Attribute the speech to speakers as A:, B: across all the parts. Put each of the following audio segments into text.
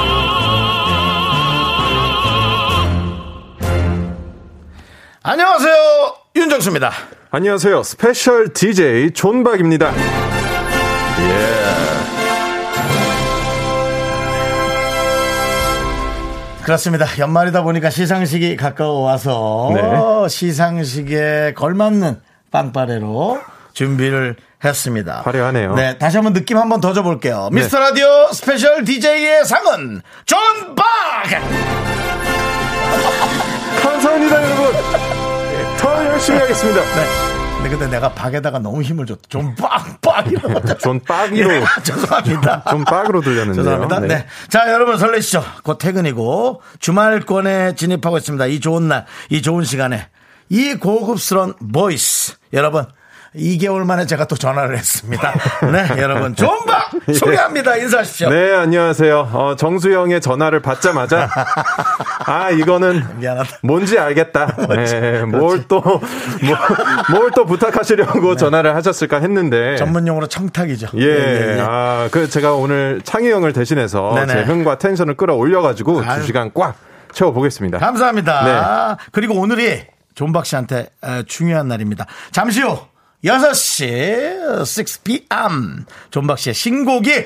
A: 안녕하세요. 윤정수입니다.
B: 안녕하세요. 스페셜 DJ 존박입니다.
A: 그렇습니다. 연말이다 보니까 시상식이 가까워와서
B: 네.
A: 시상식에 걸맞는 빵빠레로 준비를 했습니다.
B: 화려하네요. 네.
A: 네, 다시 한번 느낌 한번 더 줘볼게요. 미스터 라디오 스페셜 DJ의 상은 존박! 네,
B: 감사합니다, 여러분. 예, 더 열심히 하겠습니다.
A: 네. 근데, 근데 내가 박에다가 너무 힘을 줬. 존박! 빡! 이러고. 예,
B: 존 빡이로.
A: 죄송합니다.
B: 좀 빡으로 들렸는데요.
A: 죄송합니다. 네. 자, 여러분 설레시죠? 곧 퇴근이고 주말권에 진입하고 있습니다. 이 좋은 날, 이 좋은 시간에 이 고급스러운 보이스 여러분 2개월 만에 제가 또 전화를 했습니다. 네, 여러분 존박 소개합니다. 인사하십시오.
B: 예. 네, 안녕하세요. 어, 정수영의 전화를 받자마자 아 이거는
A: 미안하다.
B: 뭔지 알겠다. 예, 뭘또뭘또 뭐, 뭘 또 부탁하시려고 전화를 하셨을까 했는데
A: 네. 전문용어로 네, 청탁이죠.
B: 예, 아, 그 제가 오늘 창희 형을 대신해서
A: 네네.
B: 제 흥과 텐션을 끌어올려가지고
A: 아유.
B: 두 시간 꽉 채워보겠습니다.
A: 감사합니다.
B: 네.
A: 그리고 오늘이 존박 씨한테 에, 중요한 날입니다. 잠시 후 6시 6pm 존박 씨의 신곡이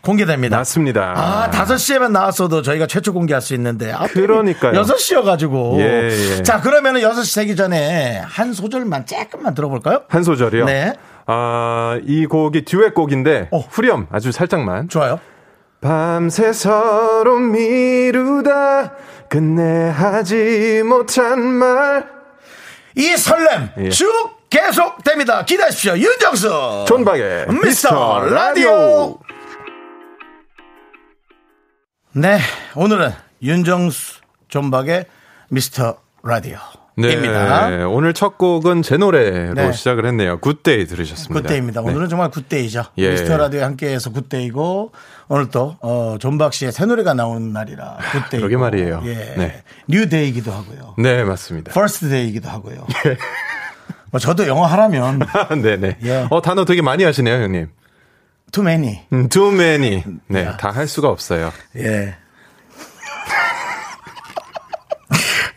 A: 공개됩니다.
B: 맞습니다.
A: 아, 5시에만 나왔어도 저희가 최초 공개할 수 있는데. 아,
B: 그러니까요.
A: 6시여가지고.
B: 예, 예.
A: 자, 그러면은 6시 되기 전에 한 소절만 조금만 들어볼까요?
B: 한 소절이요.
A: 네.
B: 아, 이 곡이 듀엣곡인데
A: 어.
B: 후렴 아주 살짝만.
A: 좋아요.
B: 밤새 서로 미루다 끝내 하지 못한 말.
A: 이 설렘
B: 예.
A: 쭉 계속됩니다. 기대하십시오. 윤정수.
B: 존박의
A: 미스터 라디오. 네. 오늘은 윤정수 존박의 미스터 라디오.
B: 네,
A: 입니다.
B: 오늘 첫 곡은 제 노래로
A: 네.
B: 시작을 했네요. 굿데이 들으셨습니다.
A: 굿데이입니다.
B: 네.
A: 오늘은 정말 굿데이죠.
B: 예.
A: 미스터 라디오에 함께해서 굿데이고 오늘 또 어, 존박 씨의 새 노래가 나오는 날이라 굿데이.
B: 아, 그러게 말이에요.
A: 예.
B: 네.
A: 뉴데이기도 하고요.
B: 네, 예. 맞습니다.
A: 퍼스트 데이기도 하고요. 뭐 저도 영어 하라면
B: 네네.
A: 예.
B: 어, 단어 되게 많이 하시네요, 형님.
A: too many.
B: 음, too many. 네, 다 할 수가 없어요.
A: 예.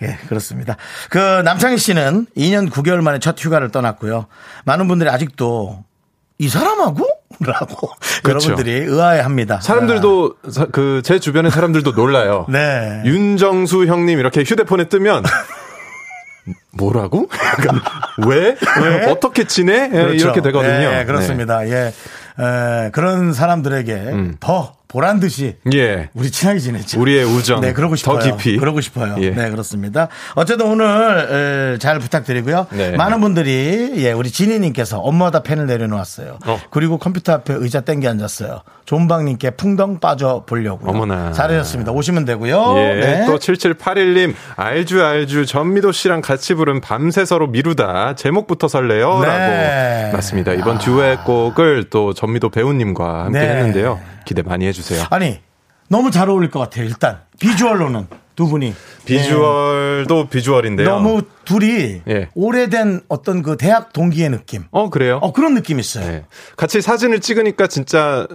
A: 예, 그렇습니다. 그 남창희 씨는 2년 9개월 만에 첫 휴가를 떠났고요. 많은 분들이 아직도 이 사람하고? 라고
B: 그렇죠.
A: 여러분들이 의아해합니다.
B: 사람들도, 그, 제 주변의 사람들도 놀라요.
A: 네.
B: 윤정수 형님 이렇게 휴대폰에 뜨면, 뭐라고? 약간 왜?
A: 왜?
B: 어떻게 지내? 예,
A: 그렇죠.
B: 이렇게 되거든요. 네.
A: 예, 그렇습니다. 예. 에, 그런 사람들에게 더 보란 듯이
B: 네. 예.
A: 우리 친하게 지내죠.
B: 음. 우리의 우정.
A: 네, 그러고 싶어요.
B: 더 깊이.
A: 그러고 싶어요.
B: 예.
A: 네, 그렇습니다. 어쨌든 오늘 에, 잘 부탁드리고요.
B: 네.
A: 많은 분들이 예, 우리 진희님께서 엄마다 펜을 내려놓았어요.
B: 어.
A: 그리고 컴퓨터 앞에 의자 땡겨 앉았어요. 존박님께 풍덩 빠져 보려고.
B: 어머나.
A: 잘하셨습니다. 오시면 되고요.
B: 예,
A: 네.
B: 또 7781님, 알주, 알주, 전미도 씨랑 같이 부른 밤새 서로 미루다, 제목부터 설레요.
A: 네.
B: 라고. 맞습니다. 이번 듀엣 곡을 또 전미도 배우님과 함께
A: 네.
B: 했는데요. 기대 많이 해주세요.
A: 아니 네. 너무 잘 어울릴 것 같아요. 일단 비주얼로는 두 분이
B: 비주얼도
A: 예.
B: 비주얼인데요.
A: 너무 둘이
B: 예.
A: 오래된 어떤 그 대학 동기의 느낌.
B: 어, 그래요?
A: 어 그런 느낌 있어요.
B: 네. 같이 사진을 찍으니까 진짜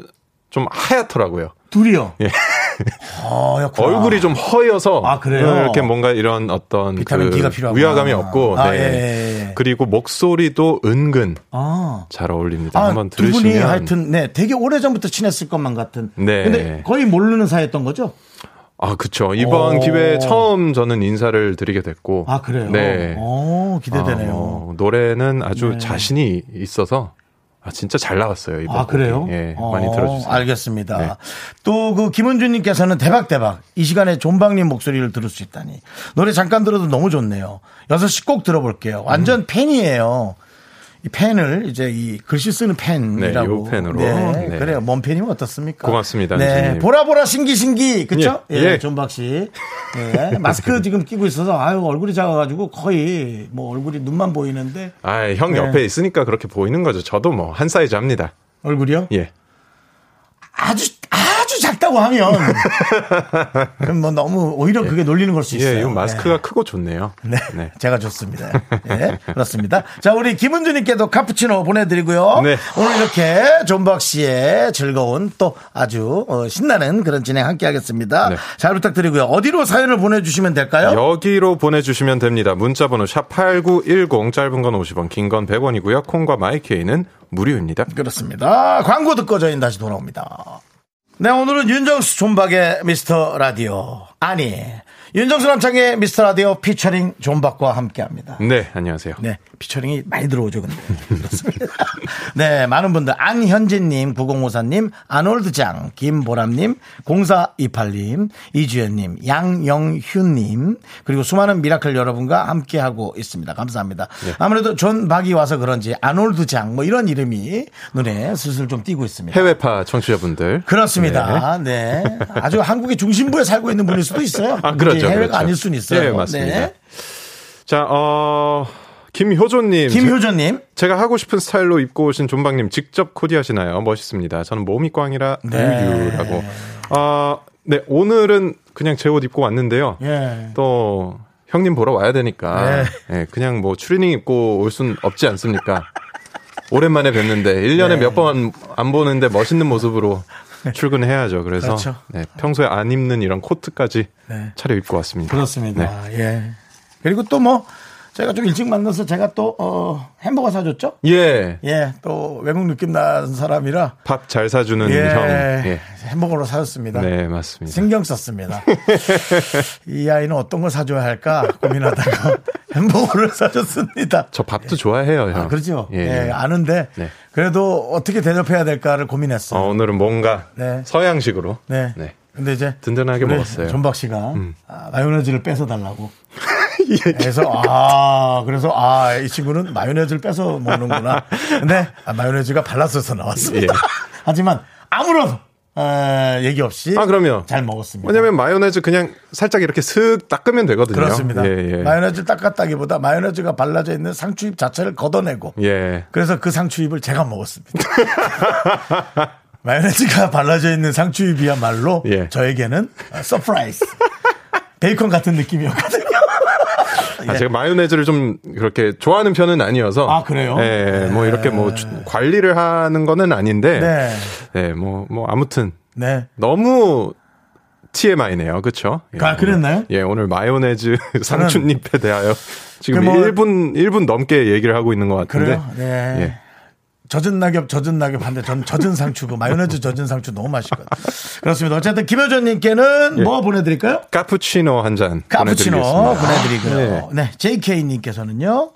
B: 좀 하얗더라고요.
A: 둘이요.
B: 예.
A: 아, 그렇구나.
B: 얼굴이 좀 허여서
A: 아, 그래요?
B: 이렇게 뭔가 이런 어떤
A: 비타민
B: 그
A: D가 필요하구나.
B: 위화감이 없고
A: 아,
B: 네.
A: 예, 예, 예.
B: 그리고 목소리도 은근
A: 아.
B: 잘 어울립니다.
A: 아,
B: 한번
A: 두 분이
B: 들으시면
A: 하여튼 네 되게 오래 전부터 친했을 것만 같은.
B: 네.
A: 근데 거의 모르는 사이였던 거죠?
B: 아, 그쵸. 이번
A: 오.
B: 기회에 처음 저는 인사를 드리게 됐고.
A: 아 그래요.
B: 네.
A: 오 기대되네요.
B: 아, 어, 노래는 아주
A: 네.
B: 자신이 있어서 아, 진짜 잘 나왔어요. 이번
A: 아, 그래요?
B: 곡이. 예,
A: 어,
B: 많이 들어주세요.
A: 알겠습니다.
B: 네.
A: 또 그 김은주님께서는 대박대박. 이 시간에 존박님 목소리를 들을 수 있다니.
B: 음.
A: 노래 잠깐 들어도 너무 좋네요. 6시 꼭 들어볼게요. 완전 팬이에요. 이 펜을 이제 이 글씨 쓰는 펜이라고.
B: 네, 요 펜으로.
A: 네,
B: 네.
A: 그래요. 몸 펜이면 어떻습니까?
B: 고맙습니다,
A: 네,
B: 선생님.
A: 보라보라 신기 신기 그쵸?
B: 예, 네.
A: 예,
B: 예.
A: 존박 씨. 예, 마스크 지금 끼고 있어서 아유 얼굴이 작아가지고 거의 뭐 얼굴이 눈만 보이는데
B: 아, 형
A: 네.
B: 옆에 있으니까 그렇게 보이는 거죠. 저도 뭐 한 사이즈 합니다.
A: 얼굴이요?
B: 예.
A: 아주 아주 작다고 하면 그럼 뭐 너무 오히려 그게 놀리는 걸 수 있어요.
B: 예, 요
A: 네.
B: 마스크가 크고 좋네요.
A: 네.
B: 네.
A: 제가 좋습니다. 예, 그렇습니다. 자, 우리 김은주님께도 카푸치노 보내드리고요.
B: 네.
A: 오늘 이렇게 존박 씨의 즐거운 또 아주 어, 신나는 그런 진행 함께 하겠습니다.
B: 네.
A: 잘 부탁드리고요. 어디로 사연을 보내주시면 될까요?
B: 여기로 보내주시면 됩니다. 문자번호 샵8910 짧은 건 50원, 긴 건 100원이고요. 콩과 마이케이는 무료입니다.
A: 그렇습니다. 광고 듣고 저희는 다시 돌아옵니다. 네, 오늘은 윤정수 존박의 미스터 라디오. 아니, 윤정수 남창의 미스터 라디오 피처링 존박과 함께 합니다.
B: 네, 안녕하세요.
A: 네, 피처링이 많이 들어오죠, 근데. 그렇습니다. 네, 많은 분들. 안현진님, 9054님, 아놀드장, 김보람님, 0428님, 이주연님, 양영휴님, 그리고 수많은 미라클 여러분과 함께하고 있습니다. 감사합니다.
B: 네.
A: 아무래도 존 박이 와서 그런지 아놀드장, 뭐 이런 이름이 눈에 슬슬 좀 띄고 있습니다.
B: 해외파 청취자분들.
A: 그렇습니다. 네. 아주 한국의 중심부에 살고 있는 분일 수도 있어요.
B: 아, 그렇죠.
A: 해외가
B: 그렇죠.
A: 아닐 수는 있어요. 네.
B: 예, 맞습니다. 자, 어, 김효조님.
A: 김효조님.
B: 제- 제가 하고 싶은 스타일로 입고 오신 존박님 직접 코디하시나요? 멋있습니다. 저는 몸이 꽝이라
A: 네.
B: 유유라고. 어, 네, 오늘은 그냥 제 옷 입고 왔는데요.
A: 예.
B: 또 형님 보러 와야 되니까
A: 네.
B: 예, 그냥 뭐 추리닝 입고 올 순 없지 않습니까? 오랜만에 뵀는데 1년에
A: 네.
B: 몇 번 안 보는데 멋있는 모습으로 출근해야죠. 그래서
A: 그렇죠.
B: 네, 평소에 안 입는 이런 코트까지
A: 네.
B: 차려입고 왔습니다.
A: 그렇습니다. 예. 그리고 또 뭐, 제가 좀 일찍 만나서 제가 또, 어, 햄버거 사줬죠?
B: 예.
A: 예. 또 외국 느낌 난 사람이라,
B: 밥 잘 사주는
A: 예.
B: 형. 예.
A: 햄버거로 사줬습니다.
B: 네, 맞습니다.
A: 신경 썼습니다. 이 아이는 어떤 걸 사줘야 할까 고민하다가 햄버거를 사줬습니다.
B: 저 밥도 좋아해요, 형.
A: 아, 그렇죠.
B: 예.
A: 예, 아는데
B: 네.
A: 그래도 어떻게 대접해야 될까를 고민했어.
B: 어,
A: 요
B: 오늘은 뭔가
A: 네.
B: 서양식으로.
A: 네.
B: 네.
A: 근데 이제
B: 든든하게
A: 우리
B: 먹었어요. 음.
A: 존박 씨가 아, 마요네즈를 뺏어 달라고.
B: 예.
A: 그래서 아 그래서 아 이 친구는 마요네즈를 뺏어 먹는구나. 근데 아, 마요네즈가 발라져서 나왔습니다.
B: 예.
A: 하지만 아무런 아, 얘기 없이
B: 아, 그럼요.
A: 잘 먹었습니다.
B: 왜냐면 마요네즈 그냥 살짝 이렇게 슥 닦으면 되거든요.
A: 그렇습니다.
B: 예, 예.
A: 마요네즈 닦았다기보다 마요네즈가 발라져 있는 상추잎 자체를 걷어내고
B: 예.
A: 그래서 그 상추잎을 제가 먹었습니다. 마요네즈가 발라져 있는 상추잎이야말로
B: 예.
A: 저에게는 서프라이즈. 베이컨 같은 느낌이었거든요.
B: 아, 제가 마요네즈를 좀 그렇게 좋아하는 편은 아니어서.
A: 예. 아, 그래요?
B: 예, 뭐 이렇게 뭐 주- 관리를 하는 거는 아닌데.
A: 네.
B: 예, 뭐, 뭐 아무튼
A: 네.
B: 너무 TMI네요. 그쵸? 예,
A: 아, 그랬나요?
B: 예, 오늘 마요네즈 상춘잎에 대하여 지금
A: 그 뭐-
B: 1분, 1분 넘게 얘기를 하고 있는 것 같은데.
A: 그래요? 네.
B: 예.
A: 젖은 낙엽, 젖은 낙엽 한데 전 젖은 상추고 마요네즈 젖은 상추 너무 맛있거든요. 그렇습니다. 어쨌든 김효전님께는 뭐 보내드릴까요?
B: 카푸치노 한 잔
A: 카푸치노
B: 예. 보내드리겠습니다. 아, 예.
A: 보내드리고요. 네. JK님께서는요.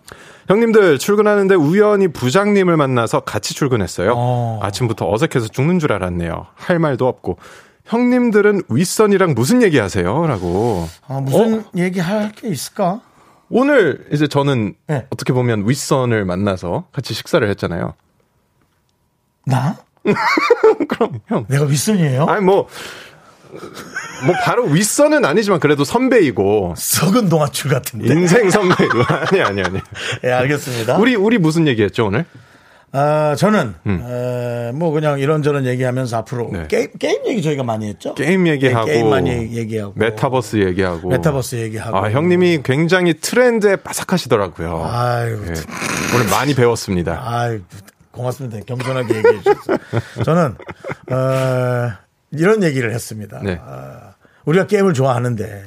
B: 형님들 출근하는데 우연히 부장님을 만나서 같이 출근했어요.
A: 어.
B: 아침부터 어색해서 죽는 줄 알았네요. 할 말도 없고. 형님들은 윗선이랑 무슨 얘기 하세요? 라고.
A: 아, 무슨
B: 어?
A: 얘기할 게 있을까?
B: 오늘 이제 저는
A: 네.
B: 어떻게 보면 윗선을 만나서 같이 식사를 했잖아요.
A: 나?
B: 그럼 형.
A: 내가 윗선이에요?
B: 아니 뭐. 뭐 바로 윗선은 아니지만 그래도 선배이고.
A: 썩은 동아줄 같은데.
B: 인생 선배이고. 아니 아니 아니.
A: 예, 알겠습니다.
B: 우리, 우리 무슨 얘기 했죠 오늘?
A: 아, 저는 에, 뭐 그냥 이런저런 얘기하면서 앞으로
B: 네.
A: 게임 게임 얘기 저희가 많이 했죠.
B: 게임 얘기하고.
A: 네, 게임 많이 얘기하고
B: 메타버스 얘기하고.
A: 메타버스 얘기하고.
B: 아, 형님이 굉장히 트렌드에 바삭하시더라고요.
A: 아이고,
B: 예. 오늘 많이 배웠습니다.
A: 아이 고맙습니다. 겸손하게 얘기해 주셔서. 저는 어, 이런 얘기를 했습니다.
B: 네. 음.
A: 아, 우리가 게임을 좋아하는데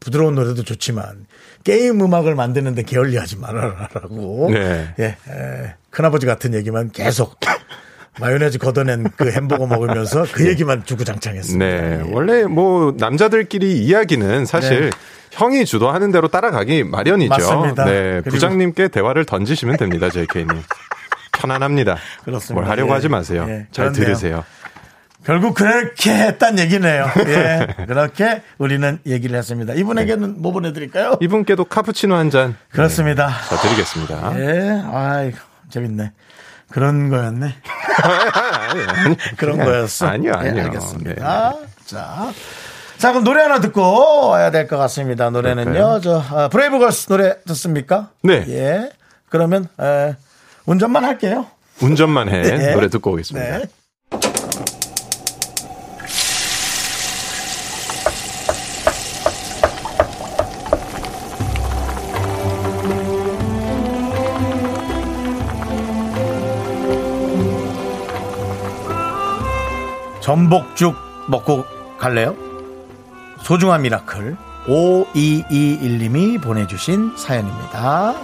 A: 부드러운 노래도 좋지만 게임 음악을 만드는데 게을리하지 말아라라고.
B: 네.
A: 예, 에, 큰아버지 같은 얘기만 계속 마요네즈 걷어낸 그 햄버거 먹으면서 그 얘기만 주구장창했습니다.
B: 네. 원래 뭐 남자들끼리 이야기는 사실
A: 네.
B: 형이 주도하는 대로 따라가기 마련이죠.
A: 맞습니다.
B: 네.
A: 그리고-
B: 부장님께 대화를 던지시면 됩니다, JK님. 편안합니다.
A: 그렇습니다.
B: 뭘 하려고
A: 예.
B: 하지 마세요.
A: 예.
B: 잘
A: 그렇네요.
B: 들으세요.
A: 결국 그렇게 했단 얘기네요. 예, 그렇게 우리는 얘기를 했습니다. 이분에게는 뭐 보내드릴까요?
B: 이분께도 카푸치노 한 잔.
A: 그렇습니다.
B: 네, 자, 드리겠습니다.
A: 예, 아이 재밌네. 그런 거였네. 그런 거였어.
B: 아니요,
A: 네,
B: 아니요. 네.
A: 알겠습니다. 자. 자, 그럼 노래 하나 듣고 와야 될 것 같습니다. 노래는요.
B: 그럴까요?
A: 저, 아, 브레이브걸스 노래 듣습니까?
B: 네.
A: 예. 그러면, 에, 운전만 할게요.
B: 운전만 해.
A: 네.
B: 노래 듣고 오겠습니다.
A: 네. 전복죽 먹고 갈래요? 소중한 미라클 5221님이 보내주신 사연입니다.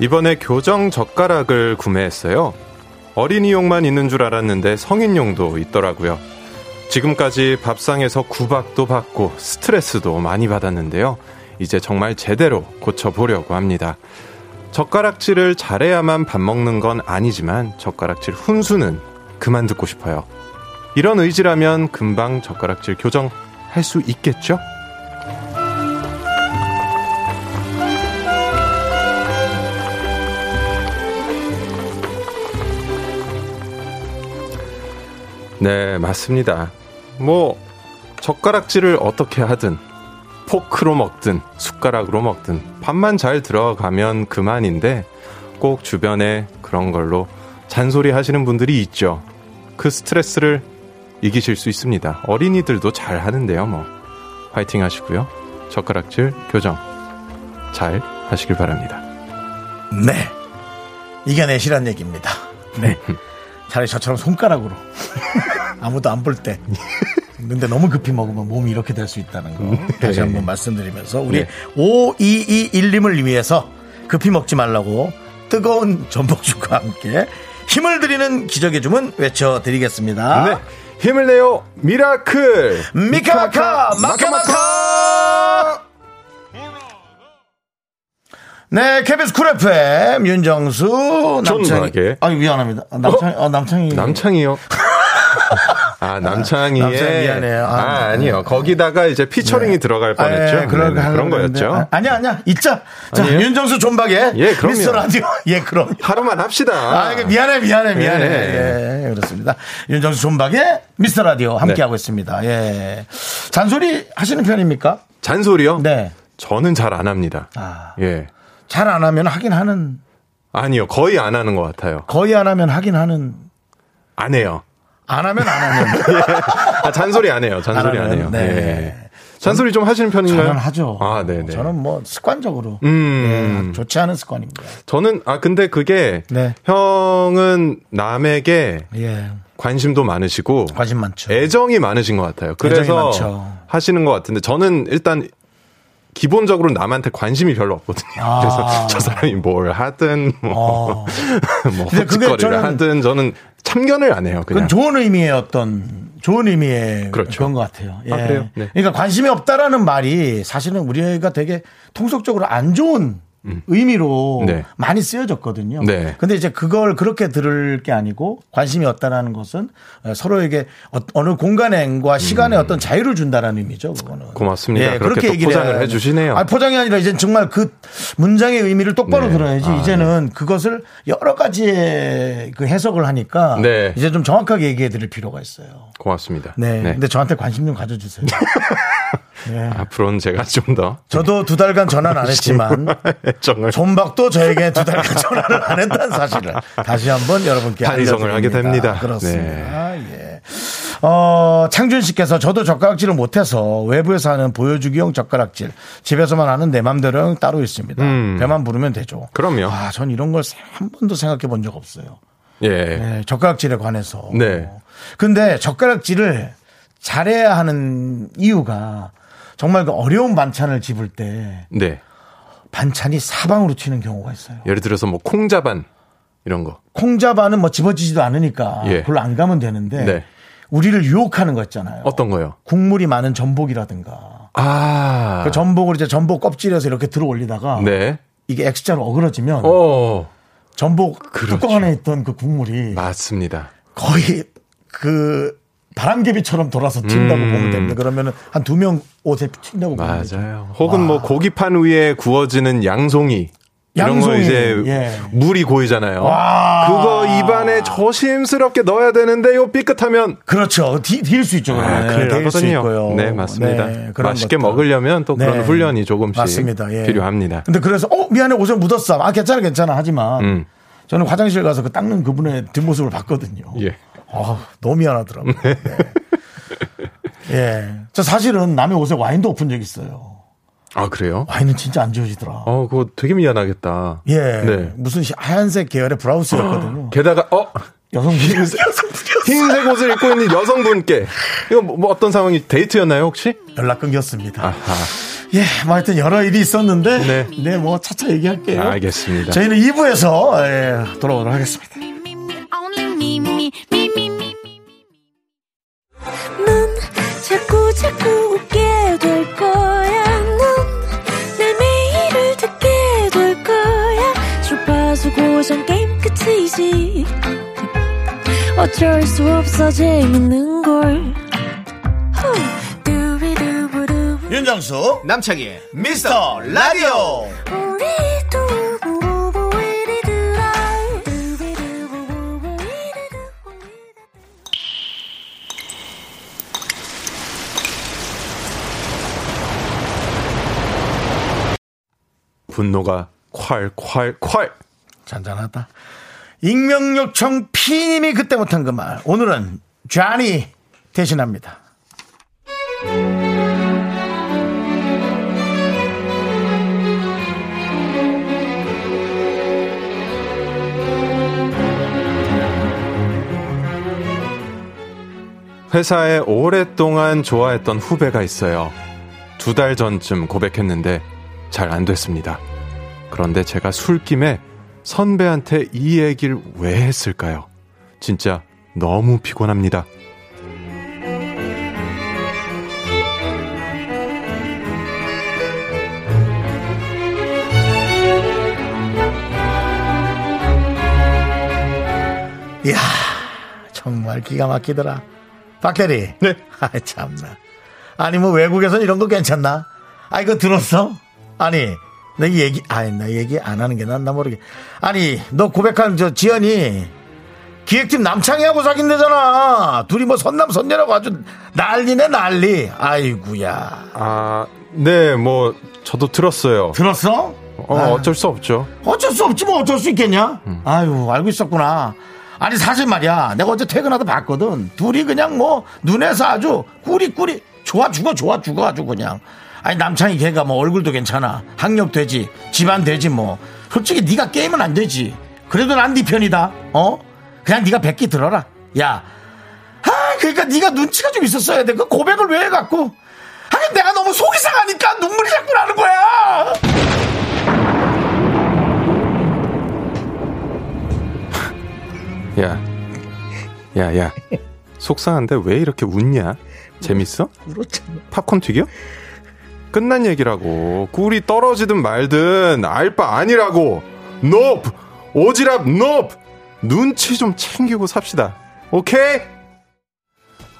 B: 이번에 교정 젓가락을 구매했어요. 어린이용만 있는 줄 알았는데 성인용도 있더라고요. 지금까지 밥상에서 구박도 받고 스트레스도 많이 받았는데요. 이제 정말 제대로 고쳐보려고 합니다. 젓가락질을 잘해야만 밥 먹는 건 아니지만 젓가락질 훈수는 그만 듣고 싶어요. 이런 의지라면 금방 젓가락질 교정 할 수 있겠죠? 네, 맞습니다. 뭐 젓가락질을 어떻게 하든 포크로 먹든 숟가락으로 먹든 밥만 잘 들어가면 그만인데 꼭 주변에 그런 걸로 잔소리 하시는 분들이 있죠. 그 스트레스를 이기실 수 있습니다. 어린이들도 잘 하는데요, 뭐. 화이팅 하시고요. 젓가락질 교정 잘 하시길 바랍니다.
A: 네. 이겨내시란 얘기입니다. 네. 차라리 저처럼 손가락으로. 아무도 안 볼 때. 근데 너무 급히 먹으면 몸이 이렇게 될 수 있다는 거 다시 한번 말씀드리면서 우리
B: 음. 네.
A: 5221님을 위해서 급히 먹지 말라고 뜨거운 전복죽과 함께 힘을 드리는 기적의 주문 외쳐드리겠습니다.
B: 네. 힘을 내요. 미라클.
A: 미카마카 마카마카 네, KBS 쿨 FM 윤정수 남창희
B: 존나게. 어?
A: 아 미안합니다 아, 남창희 아, 남창희
B: 남창이요. 아, 남창이의.
A: 아, 남창이 미안해요. 아, 네.
B: 아, 니요 거기다가 이제 피처링이 들어갈 뻔했죠.
A: 아, 예, 그런,
B: 네네, 그런
A: 거였는데.
B: 거였죠.
A: 아, 아니야 아니야 있자 자
B: 아니에요?
A: 윤정수 존박의
B: 예, 그럼요.
A: 미스터 라디오 예 그럼
B: 하루만 합시다.
A: 아, 이거 미안해, 미안해, 미안해. 예,
B: 예.
A: 그렇습니다. 윤정수 존박의 미스터 라디오
B: 네.
A: 함께하고 있습니다. 예. 잔소리 하시는 편입니까?
B: 잔소리요?
A: 네.
B: 저는 잘 안 합니다.
A: 아.
B: 예.
A: 잘 안 하면 하긴 하는,
B: 아니요. 거의 안 하는 것 같아요.
A: 거의 안 하면 하긴 하는 그
B: 안 해요.
A: 안 하면 안 하는.
B: 아, 잔소리 안 해요. 잔소리
A: 안
B: 안,
A: 하는,
B: 해요.
A: 네.
B: 예. 잔소리 좀 하시는 편인가요?
A: 저는 하죠.
B: 아, 네네.
A: 저는 뭐 습관적으로
B: 음.
A: 예, 좋지 않은 습관입니다.
B: 저는, 아, 근데 그게,
A: 네.
B: 형은 남에게
A: 예,
B: 관심도 많으시고,
A: 관심 많죠.
B: 그렇죠. 애정이 많으신 것 같아요.
A: 애정이
B: 그래서
A: 많죠.
B: 하시는 것 같은데 저는 일단 기본적으로 남한테 관심이 별로 없거든요.
A: 아.
B: 그래서 저 사람이 뭘 하든
A: 어.
B: 뭐, 뭐
A: 근데 그게
B: 헛짓거리를
A: 저는-
B: 하든 저는 참견을 안 해요.
A: 그건
B: 그냥
A: 좋은 의미의 어떤 좋은 의미의 그
B: 그렇죠.
A: 런것 같아요. 예.
B: 그래요? 네.
A: 그러니까 관심이 없다라는 말이 사실은 우리가 되게 통속적으로 안 좋은 의미로
B: 음. 네.
A: 많이 쓰여졌거든요.
B: 네.
A: 근데 이제 그걸 그렇게 들을 게 아니고 관심이 없다라는 것은 서로에게 어- 어느 공간과 시간에 어떤 자유를 준다라는 의미죠. 그거는.
B: 음. 고맙습니다. 그렇게 또
A: 얘기를
B: 포장을
A: 해야
B: 해 주시네요.
A: 아, 포장이 아니라 이제 정말 그 문장의 의미를 똑바로
B: 네.
A: 들어야지
B: 아,
A: 이제는 그것을 여러 가지의 그 해석을 하니까
B: 네.
A: 이제 좀 정확하게 얘기해 드릴 필요가 있어요.
B: 고맙습니다.
A: 네.
B: 네.
A: 근데 저한테 관심 좀 가져주세요. 네.
B: 앞으로는 제가 좀 더
A: 저도 두 달간 전화는 안 했지만
B: 네. 애정을
A: 존박도 저에게 두 달간 전화를 안 했다는 사실을 다시 한번 여러분께
B: 반성을
A: 알려드립니다.
B: 하게 됩니다. 네.
A: 그렇습니다. 예. 어, 창준 씨께서 저도 젓가락질을 못해서 외부에서 하는 보여주기용 젓가락질 집에서만 하는 내 맘대로는 따로 있습니다. 배만 부르면 되죠.
B: 음. 그럼요.
A: 아, 전 이런 걸 한 번도 생각해 본 적 없어요.
B: 예.
A: 네, 젓가락질에 관해서.
B: 네.
A: 근데 젓가락질을 잘해야 하는 이유가 정말 그 어려운 반찬을 집을 때
B: 네.
A: 반찬이 사방으로 튀는 경우가 있어요.
B: 예를 들어서 뭐 콩자반 이런 거.
A: 콩자반은 뭐 집어지지도 않으니까
B: 예.
A: 별로 안 가면 되는데
B: 네.
A: 우리를 유혹하는 거 있잖아요.
B: 어떤 거요?
A: 국물이 많은 전복이라든가
B: 아.
A: 그 전복을 이제 전복 껍질에서 이렇게 들어 올리다가
B: 네.
A: 이게 X자로 어그러지면
B: 어.
A: 전복
B: 그렇죠.
A: 음. 뚜껑 안에 있던 그 국물이
B: 맞습니다.
A: 거의 그 바람개비처럼 돌아서 튄다고 보면 됩니다. 그러면은 한 두 명 옷에 튄다고 보면 되죠.
B: 음. 맞아요. 혹은 뭐 고기판 위에 구워지는 양송이. 이런 거
A: 양송이,
B: 이제
A: 예.
B: 물이 고이잖아요.
A: 와.
B: 그거 입안에 조심스럽게 넣어야 되는데 요 삐끗하면
A: 그렇죠. 딜수 있죠.
B: 아,
A: 그러면.
B: 큰일
A: 데일 수
B: 나거든요.
A: 있고요.
B: 네, 맞습니다.
A: 그런
B: 맛있게
A: 것들.
B: 먹으려면 또 그런 훈련이 조금씩
A: 맞습니다. 예.
B: 필요합니다.
A: 근데 그래서 어 미안해 옷에 묻었어. 아 괜찮아 괜찮아 하지만
B: 음.
A: 저는 화장실 가서 그 닦는 그분의 뒷모습을 봤거든요.
B: 예.
A: 아 너무 미안하더라고요. 네. 예. 저 사실은 남의 옷에 와인도 엎은 적 있어요.
B: 아, 그래요?
A: 와인은 진짜 안 지워지더라.
B: 어, 그거 되게 미안하겠다.
A: 예.
B: 네.
A: 무슨 시- 하얀색 계열의 브라우스였거든요.
B: 게다가 어
A: 여성분이
B: 흰색 옷을 입고 있는 여성분께 이거 뭐, 뭐 어떤 상황이 데이트였나요 혹시?
A: 연락 끊겼습니다.
B: 아하.
A: 예, 뭐 하여튼 여러 일이 있었는데, 네,
B: 네.
A: 뭐 차차 얘기할게요.
B: 알겠습니다.
A: 저희는 2부에서 예, 돌아오도록 하겠습니다.
C: Only me, me, me, me, me, me. 넌 자꾸 자꾸 웃게 될 거야. 넌내 매일을 듣게 될 거야. 주파수 고정 게임 끝이지. 어쩔 수 없어 재밌는 걸. 후. 두비두부두.
A: 윤정수, 남창희, 미스터 라디오.
C: 우리 두부부부 우리들아. 두비두부부부 우리들아.
B: 분노가 콸콸콸.
A: 잔잔하다. 익명 요청 피님이 그때 못한 그 말. 오늘은 쟈니 대신합니다.
B: 회사에 오랫동안 좋아했던 후배가 있어요. 두 달 전쯤 고백했는데 잘 안 됐습니다. 그런데 제가 술김에 선배한테 이 얘기를 왜 했을까요? 진짜 너무 피곤합니다.
A: 이야, 정말 기가 막히더라. 박대리.
B: 네.
A: 아이, 참나. 아니, 뭐, 외국에선 이런 거 괜찮나? 아, 이거 들었어? 아니, 내 얘기, 아니, 나 얘기 안 하는 게 낫나 모르게. 아니, 너 고백한 저 지연이 기획팀 남창희하고 사귄대잖아. 둘이 뭐 선남, 선녀라고 아주 난리네, 난리. 아이구야.
B: 아, 네, 뭐 저도 들었어요.
A: 들었어?
B: 어,
A: 아.
B: 어쩔 수 없죠.
A: 어쩔 수 없지 뭐 어쩔 수 있겠냐? 아유 알고 있었구나. 아니 사실 말이야 내가 어제 퇴근하다 봤거든. 둘이 그냥 뭐 눈에서 아주 꾸리꾸리 좋아 죽어 좋아 죽어 아주 그냥. 아니 남창이 걔가 뭐 얼굴도 괜찮아 학력 되지 집안 되지 뭐 솔직히 네가 게임은 안 되지. 그래도 난 네 편이다. 어? 그냥 네가 백기 들어라. 야. 아 그러니까 네가 눈치가 좀 있었어야 돼. 그 고백을 왜 해갖고? 아니 내가 너무 속이 상하니까 눈물이 자꾸 나는 거야.
B: 야, 야, 야. 속상한데 왜 이렇게 웃냐? 재밌어? 팝콘 튀겨? 끝난 얘기라고. 꿀이 떨어지든 말든 알 바 아니라고. 높! 오지랖 높! 눈치 좀 챙기고 삽시다. 오케이?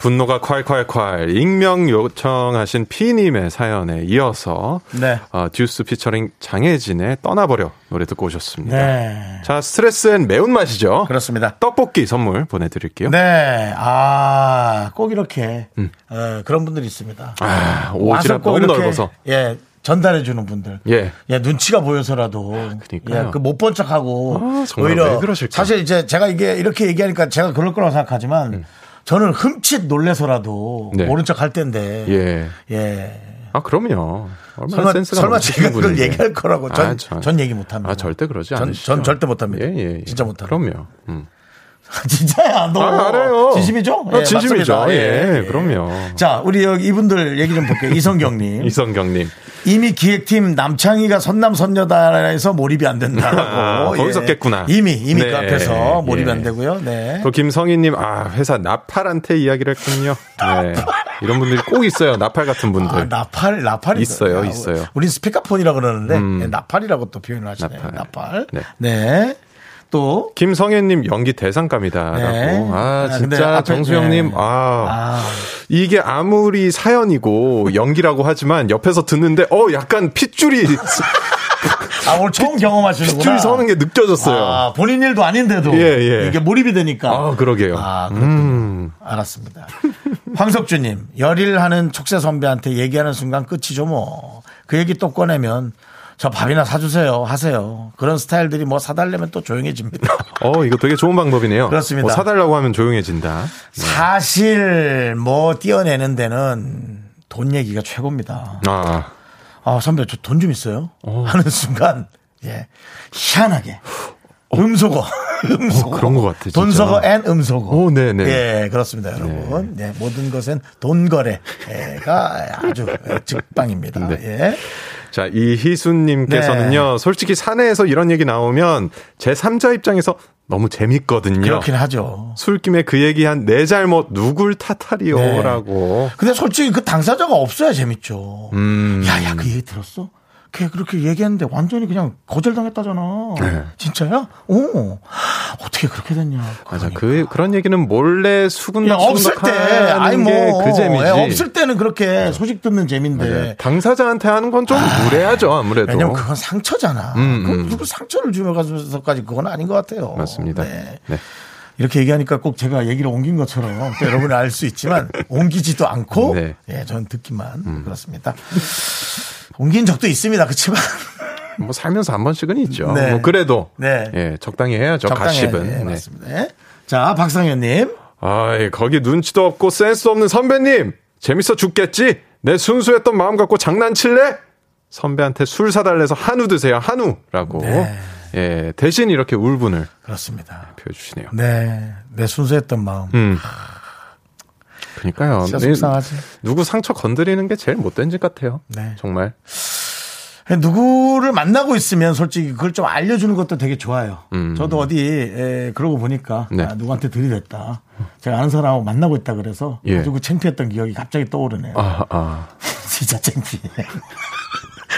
B: 분노가 콸콸콸 익명 요청하신 피님의 사연에 이어서
A: 네.
B: 어, 듀스 피처링 장혜진의 떠나버려 노래 듣고 오셨습니다.
A: 네.
B: 자 스트레스엔 매운맛이죠.
A: 그렇습니다.
B: 떡볶이 선물 보내드릴게요.
A: 네, 아, 꼭 이렇게, 어, 그런 분들이 있습니다.
B: 음. 아,
A: 와서
B: 오지랖
A: 꼭
B: 너무
A: 이렇게,
B: 넓어서.
A: 예, 전달해주는 분들.
B: 예.
A: 예, 눈치가 보여서라도.
B: 아, 그러니까요.
A: 예, 그 못 본 척하고.
B: 아, 정말
A: 오히려.
B: 왜 그러실까?
A: 사실 이제 제가 이게 이렇게 얘기하니까 제가 그럴 거라고 생각하지만 저는 흠칫 놀래서라도
B: 음. 네.
A: 모른 척 할 텐데.
B: 예.
A: 예.
B: 아, 그럼요. 얼마나
A: 설마,
B: 센스가
A: 설마
B: 넘치신
A: 제가 그걸
B: 분인데.
A: 얘기할 거라고 전,
B: 아,
A: 전,
B: 전-
A: 얘기 못 합니다.
B: 아, 절대 그러지
A: 전-
B: 않으시죠.
A: 전 절대 못합니다.
B: 예, 예, 예.
A: 진짜 못합니다.
B: 그럼요. 음.
A: 진짜야, 너.
B: 아, 알아요.
A: 진심이죠?
B: 아, 진심이죠.
A: 맞습니다.
B: 예, 그럼요.
A: 자, 우리 여기 이분들 얘기 좀 볼게요. 이성경님.
B: 이성경님.
A: 이미 기획팀 남창희가 선남 선녀다에서 몰입이 안 된다라고. 예.
B: 아, 거기서 깼구나.
A: 이미, 이미
B: 네.
A: 그 앞에서 몰입이 안
B: 예.
A: 되고요. 네.
B: 또 김성희님, 아, 회사 나팔한테 이야기를 했군요. 네. 이런 분들이 꼭 있어요. 나팔 같은 분들.
A: 아, 나팔, 나팔이 아,
B: 있어요, 있어요. 음.
A: 우린 스피커폰이라 그러는데, 네, 나팔이라고 또 표현을 하시네요. 나팔. 나팔.
B: 나팔. 네.
A: 네. 또
B: 김성현님 연기 대상감이다라고.
A: 네. 아,
B: 아
A: 근데
B: 진짜
A: 앞에-
B: 정수영님
A: 네.
B: 아, 이게 아무리 사연이고 연기라고 하지만 옆에서 듣는데 어 약간 핏줄이
A: 아, 오늘 처음 경험하시는구나.
B: 핏줄 서는 게 느껴졌어요.
A: 아, 본인 일도 아닌데도
B: 예, 예.
A: 이게 몰입이 되니까.
B: 아, 그러게요.
A: 아, 그렇군요. 알았습니다. 황석주님, 열일하는 촉새 선배한테 얘기하는 순간 끝이죠, 뭐. 그 얘기 또 꺼내면 저 밥이나 사주세요, 하세요. 그런 스타일들이 뭐 사달려면 또 조용해집니다.
B: 어 이거 되게 좋은 방법이네요.
A: 그렇습니다.
B: 어, 사달라고 하면 조용해진다.
A: 사실 뭐 띄어내는 데는 돈 얘기가 최고입니다.
B: 아
A: 아, 선배, 저 돈 좀 있어요? 하는 순간, 예. 희한하게. 음소거. 음소거.
B: 어, 그런 것 같아, 진짜.
A: 돈소거 앤 음소거.
B: 오, 네네. 네.
A: 예, 그렇습니다, 여러분. 예, 모든 것엔 돈거래가 아주 직방입니다.
B: 네.
A: 예.
B: 자,
A: 네.
B: 이희순님께서는요, 솔직히 사내에서 이런 얘기 나오면 제 3자 입장에서 너무 재밌거든요.
A: 그렇긴 하죠.
B: 술김에 그 얘기한 내 잘못 누굴 탓하리요?
A: 네.
B: 라고.
A: 근데 솔직히 그 당사자가 없어야 재밌죠.
B: 음.
A: 야, 야, 그 얘기 들었어? 걔 그렇게 얘기했는데 완전히 그냥 거절당했다잖아.
B: 네.
A: 진짜야? 오, 어떻게 그렇게 됐냐.
B: 맞아.
A: 그러니까.
B: 그, 그런 얘기는 몰래
A: 야,
B: 수군덕
A: 음, 없을 때, 아니 뭐,
B: 그 재미지.
A: 예, 없을 때는 그렇게 소식 듣는 재미인데.
B: 네. 당사자한테 하는 건 좀 무례하죠, 아무래도.
A: 아, 왜냐면 그건 상처잖아.
B: 음,
A: 그
B: 음.
A: 누구 상처를 주면서까지 그건 아닌 것 같아요.
B: 맞습니다.
A: 네.
B: 네.
A: 이렇게 얘기하니까 꼭 제가 얘기를 옮긴 것처럼 또 여러분이 알 수 있지만 옮기지도 않고
B: 네. 음.
A: 예, 저는 듣기만 그렇습니다. 옮긴 적도 있습니다. 그렇지만
B: 뭐 살면서 한 번씩은 있죠.
A: 네.
B: 뭐 그래도.
A: 네.
B: 예, 적당히 해야죠, 가십은.
A: 네,
B: 네.
A: 맞습니다. 예. 자, 박상현님.
B: 아이, 거기 눈치도 없고 센스 없는 선배님! 재밌어 죽겠지? 내 순수했던 마음 갖고 장난칠래? 선배한테 술 사달래서 한우 드세요, 한우! 라고.
A: 네.
B: 예, 대신 이렇게 울분을
A: 그렇습니다.
B: 표해주시네요.
A: 네, 내 순수했던 마음.
B: 음. 그니까요. 네.
A: 진짜 속상하지.
B: 누구 상처 건드리는 게 제일 못된 짓 같아요.
A: 네.
B: 정말.
A: 누구를 만나고 있으면 솔직히 그걸 좀 알려주는 것도 되게 좋아요. 저도 어디 에, 그러고 보니까
B: 음. 네.
A: 아, 누구한테 들이댔다. 제가 아는 사람하고 만나고 있다 그래서
B: 예.
A: 가지고 창피했던 기억이 갑자기 떠오르네요.
B: 아, 아.
A: 진짜 창피해.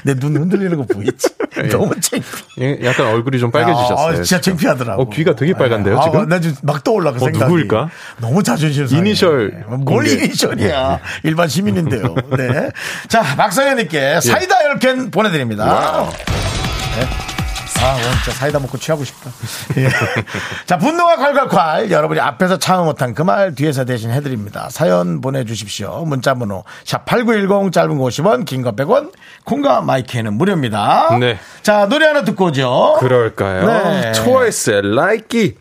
A: 내 눈 흔들리는 거 보이지? 너무 창피해.
B: 예, 약간 얼굴이 좀 빨개지셨어요.
A: 아, 진짜
B: 지금.
A: 창피하더라고.
B: 어, 귀가 되게 빨간데요,
A: 아,
B: 지금?
A: 나 지금 막 떠올라 그
B: 어,
A: 생각이.
B: 누구일까?
A: 너무 자존심 상해. 어,
B: 이니셜
A: 뭘
B: 공개. 예,
A: 이니셜이야. 일반 시민인데요. 네. 자,
B: 예.
A: 박상현님께 사이다 10캔 보내드립니다. 네. 아, 오늘 진짜 사이다 먹고 취하고 싶다. 예. 자, 분노가 콸콸콸. 여러분이 앞에서 참아 못한 그 말 뒤에서 대신 해드립니다. 사연 보내주십시오. 문자번호. 샵8910 짧은 거 50원, 긴 거 100원, 콩과 마이크에는 무료입니다.
B: 네.
A: 자, 노래 하나 듣고 오죠.
B: 그럴까요?
A: 네.
B: 초이스의 라이키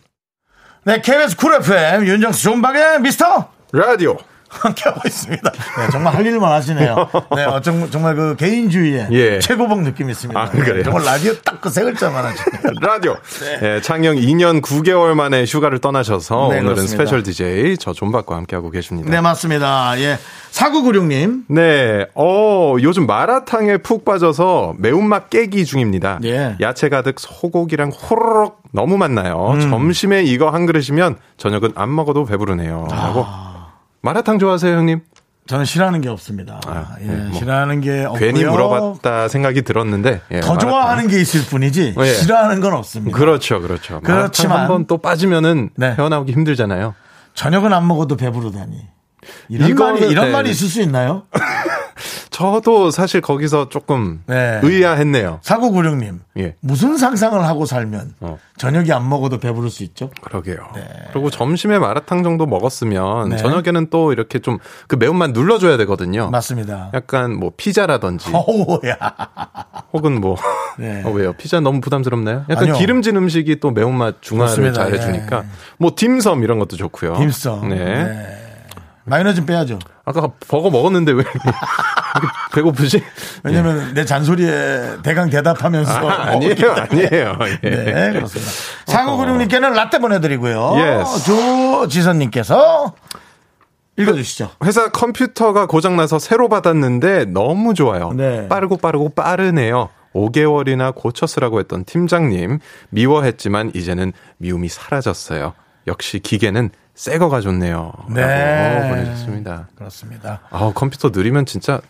A: 네, KBS 쿨 FM 윤정수 존박의 미스터
B: 라디오.
A: 함께하고 있습니다. 네, 정말 할 일만 하시네요. 네, 어, 정, 정말 그 개인주의의
B: 예.
A: 최고봉 느낌이 있습니다.
B: 아, 그래요?
A: 정말 라디오 딱 그 세 글자만 하시네요.
B: 라디오. 예, 창영 2년 9개월 만에 휴가를 떠나셔서
A: 네,
B: 오늘은
A: 그렇습니다.
B: 스페셜 DJ 저 존박과 함께하고 계십니다.
A: 네, 맞습니다. 예. 4996님.
B: 네, 어, 요즘 마라탕에 푹 빠져서 매운맛 깨기 중입니다.
A: 예.
B: 야채 가득 소고기랑 호로록 너무 많나요?
A: 음.
B: 점심에 이거 한 그릇이면 저녁은 안 먹어도 배부르네요.
A: 아.
B: 라고. 마라탕 좋아하세요, 형님?
A: 저는 싫어하는 게 없습니다.
B: 아,
A: 예,
B: 네, 뭐
A: 싫어하는 게 없고요.
B: 괜히 물어봤다 생각이 들었는데. 예,
A: 더
B: 마라탕.
A: 좋아하는 게 있을 뿐이지
B: 예.
A: 싫어하는 건 없습니다.
B: 그렇죠, 그렇죠.
A: 그렇지만-
B: 마라탕 한번 또 빠지면은
A: 네.
B: 헤어나오기 힘들잖아요.
A: 저녁은 안 먹어도 배부르다니. 이런
B: 이거는-
A: 말이 이런
B: 네.
A: 말이 있을 수 있나요?
B: 저도 사실 거기서 조금
A: 네.
B: 의아했네요.
A: 4996님.
B: 예.
A: 무슨 상상을 하고 살면
B: 어.
A: 저녁이 안 먹어도 배부를 수 있죠?
B: 그러게요. 그리고 점심에 마라탕 정도 먹었으면
A: 네.
B: 저녁에는 또 이렇게 좀 그 매운맛 눌러줘야 되거든요.
A: 맞습니다. 어,
B: 약간 뭐 피자라든지
A: 어우야.
B: 혹은 뭐
A: 네.
B: 어, 왜요? 피자 너무 부담스럽나요? 약간
A: 아니요.
B: 기름진 음식이 또 매운맛 중화를
A: 맞습니다. 네.
B: 잘해주니까 뭐 딤섬 이런 것도 좋고요.
A: 딤섬.
B: 네.
A: 네. 마이너즈 는 빼야죠.
B: 아까 버거 먹었는데 왜 이렇게 이렇게 배고프지?
A: 왜냐면 내 잔소리에 대강 대답하면서.
B: 예. 아, 니에요 아니에요. 예.
A: 어, 네, 그렇습니다. 사고구룡님께는 라떼 보내드리고요.
B: Yes.
A: 조지선님께서 읽어주시죠.
B: 회사 컴퓨터가 고장나서 새로 받았는데 너무 좋아요.
A: 네.
B: 빠르고 빠르고 빠르네요. 5개월이나 고쳐 쓰라고 했던 팀장님 미워했지만 이제는 미움이 사라졌어요. 역시 기계는 새 거가 좋네요.
A: 네.
B: 라고 보내줬습니다.
A: 그렇습니다.
B: 아 컴퓨터 느리면 진짜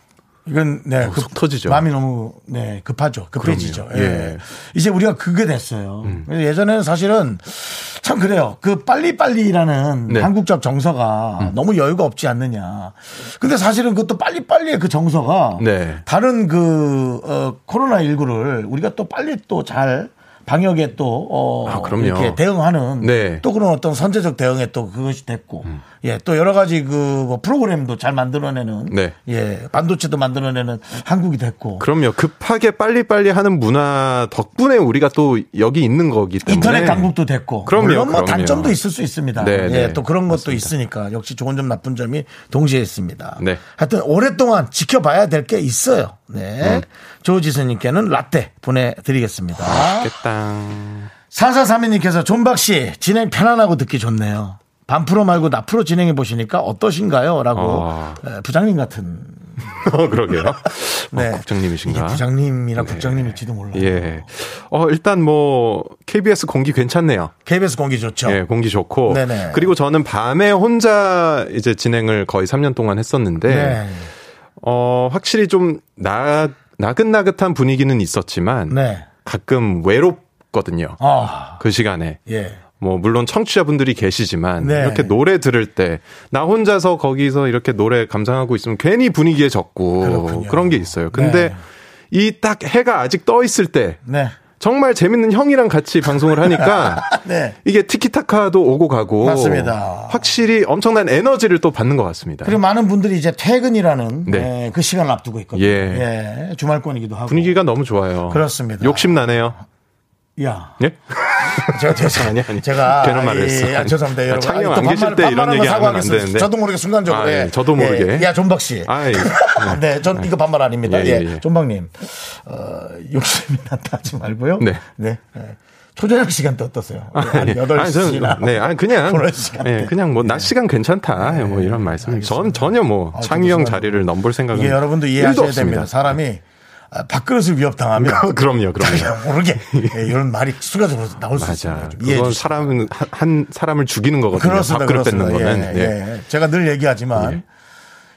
A: 이건 네, 급-
B: 속 터지죠.
A: 마음이 너무 네 급하죠. 급해지죠.
B: 그럼요.
A: 예.
B: 예. 음.
A: 이제 우리가 그게 됐어요. 그래서 예전에는 사실은 참 그래요. 그 빨리빨리라는
B: 네. 음.
A: 한국적 정서가 너무 여유가 없지 않느냐. 근데 사실은 그것도 빨리빨리의 그 정서가
B: 네.
A: 다른 그 어, 코로나 19를 우리가 또 빨리 또 잘 방역에 또 어,
B: 아, 그럼요.
A: 이렇게 대응하는
B: 네. 음.
A: 또 그런 어떤 선제적 대응에 또 그것이 됐고 예 또 여러 가지 그 뭐 프로그램도 잘 만들어내는
B: 네.
A: 예 반도체도 만들어내는 한국이 됐고
B: 그럼요. 급하게 빨리빨리 하는 문화 덕분에 우리가 또 여기 있는 거기 때문에.
A: 인터넷 강국도 됐고
B: 그럼요,
A: 물론 뭐
B: 그럼요.
A: 단점도 있을 수 있습니다.
B: 네,
A: 예,
B: 네.
A: 또 그런 것도 있으니까 역시 좋은 점 나쁜 점이 동시에 있습니다.
B: 네.
A: 하여튼 오랫동안 지켜봐야 될 게 있어요.
B: 음.
A: 네. 조지수님께는 라떼 보내드리겠습니다.
B: 땅.
A: 4432님께서 존박 씨 진행 편안하고 듣기 좋네요. 반프로 말고 나프로 진행해 보시니까 어떠신가요? 라고
B: 아.
A: 에, 부장님 같은 네.
B: 어, 그러게요. 어,
A: 이게
B: 국장님이신가?
A: 부장님이나
B: 네.
A: 국장님일지도 몰라요.
B: 예. 어, 일단 뭐, KBS 공기 괜찮네요.
A: KBS 공기 좋죠.
B: 예, 공기 좋고.
A: 어. 네네.
B: 그리고 저는 밤에 혼자 이제 진행을 거의 3년 동안 했었는데,
A: 네.
B: 어, 확실히 좀 나, 나긋나긋한 분위기는 있었지만,
A: 네.
B: 가끔 외롭거든요.
A: 아.
B: 그 시간에.
A: 예.
B: 뭐 물론 청취자분들이 계시지만
A: 네.
B: 이렇게 노래 들을 때 나 혼자서 거기서 이렇게 노래 감상하고 있으면 괜히 분위기에 젖고
A: 그렇군요.
B: 그런게 있어요. 근데
A: 네.
B: 이 딱 해가 아직 떠 있을 때
A: 네.
B: 정말 재밌는 형이랑 같이 방송을 하니까
A: 네.
B: 이게 티키타카도 오고 가고
A: 맞습니다.
B: 확실히 엄청난 에너지를 또 받는 것 같습니다.
A: 그리고 많은 분들이 이제 퇴근이라는
B: 네.
A: 예, 그 시간을 앞두고 있거든요.
B: 예.
A: 예, 주말권이기도 하고.
B: 분위기가 너무 좋아요.
A: 그렇습니다.
B: 욕심 나네요.
A: 야.
B: 예?
A: 제가 죄송해요.
B: 아니, 아니.
A: 제가
B: 괜한 말을
A: 예,
B: 했어.
A: 아, 죄송합니다.
B: 아,
A: 여러분.
B: 창영
A: 아니, 또
B: 안 계실
A: 반말-
B: 때 이런
A: 반말하면
B: 얘기 하면 안
A: 사과하겠습니다.
B: 되는데.
A: 저도 모르게 순간적으로.
B: 아, 예,
A: 예.
B: 저도 모르게.
A: 예, 야, 존박 씨.
B: 아, 예.
A: 네, 전 이거 반말 아닙니다.
B: 예,
A: 예,
B: 예, 예.
A: 존박님. 어, 욕심이 난다 하지 말고요.
B: 네.
A: 네. 예. 초저녁 시간 때 어떠세요? 한
B: 예. 아니, 저는-
A: 8시나.
B: 네, 아니, 그냥.
A: 그런 시간대.
B: 예, 그냥 뭐, 낮 시간 괜찮다. 뭐, 이런 말씀. 전, 전혀 뭐,
A: 네. 아,
B: 창희 형
A: 죄송합니다.
B: 자리를 넘볼 생각은.
A: 이게 여러분도
B: 일도
A: 이해하셔야
B: 없습니다. 네.
A: 됩니다. 사람이 아, 밥그릇을 위협당하면
B: 그럼요, 그럼요.
A: 자기가 모르게 예, 이런 말이 순간적으로 나올 수
B: 맞아.
A: 있습니다. 좀 이해해
B: 그건
A: 주시기
B: 사람은, 한, 한 사람을 죽이는 거거든요.
A: 그렇습니다.
B: 밥그릇
A: 그렇습니다.
B: 뺏는 거는.
A: 예,
B: 예.
A: 예. 제가 늘 얘기하지만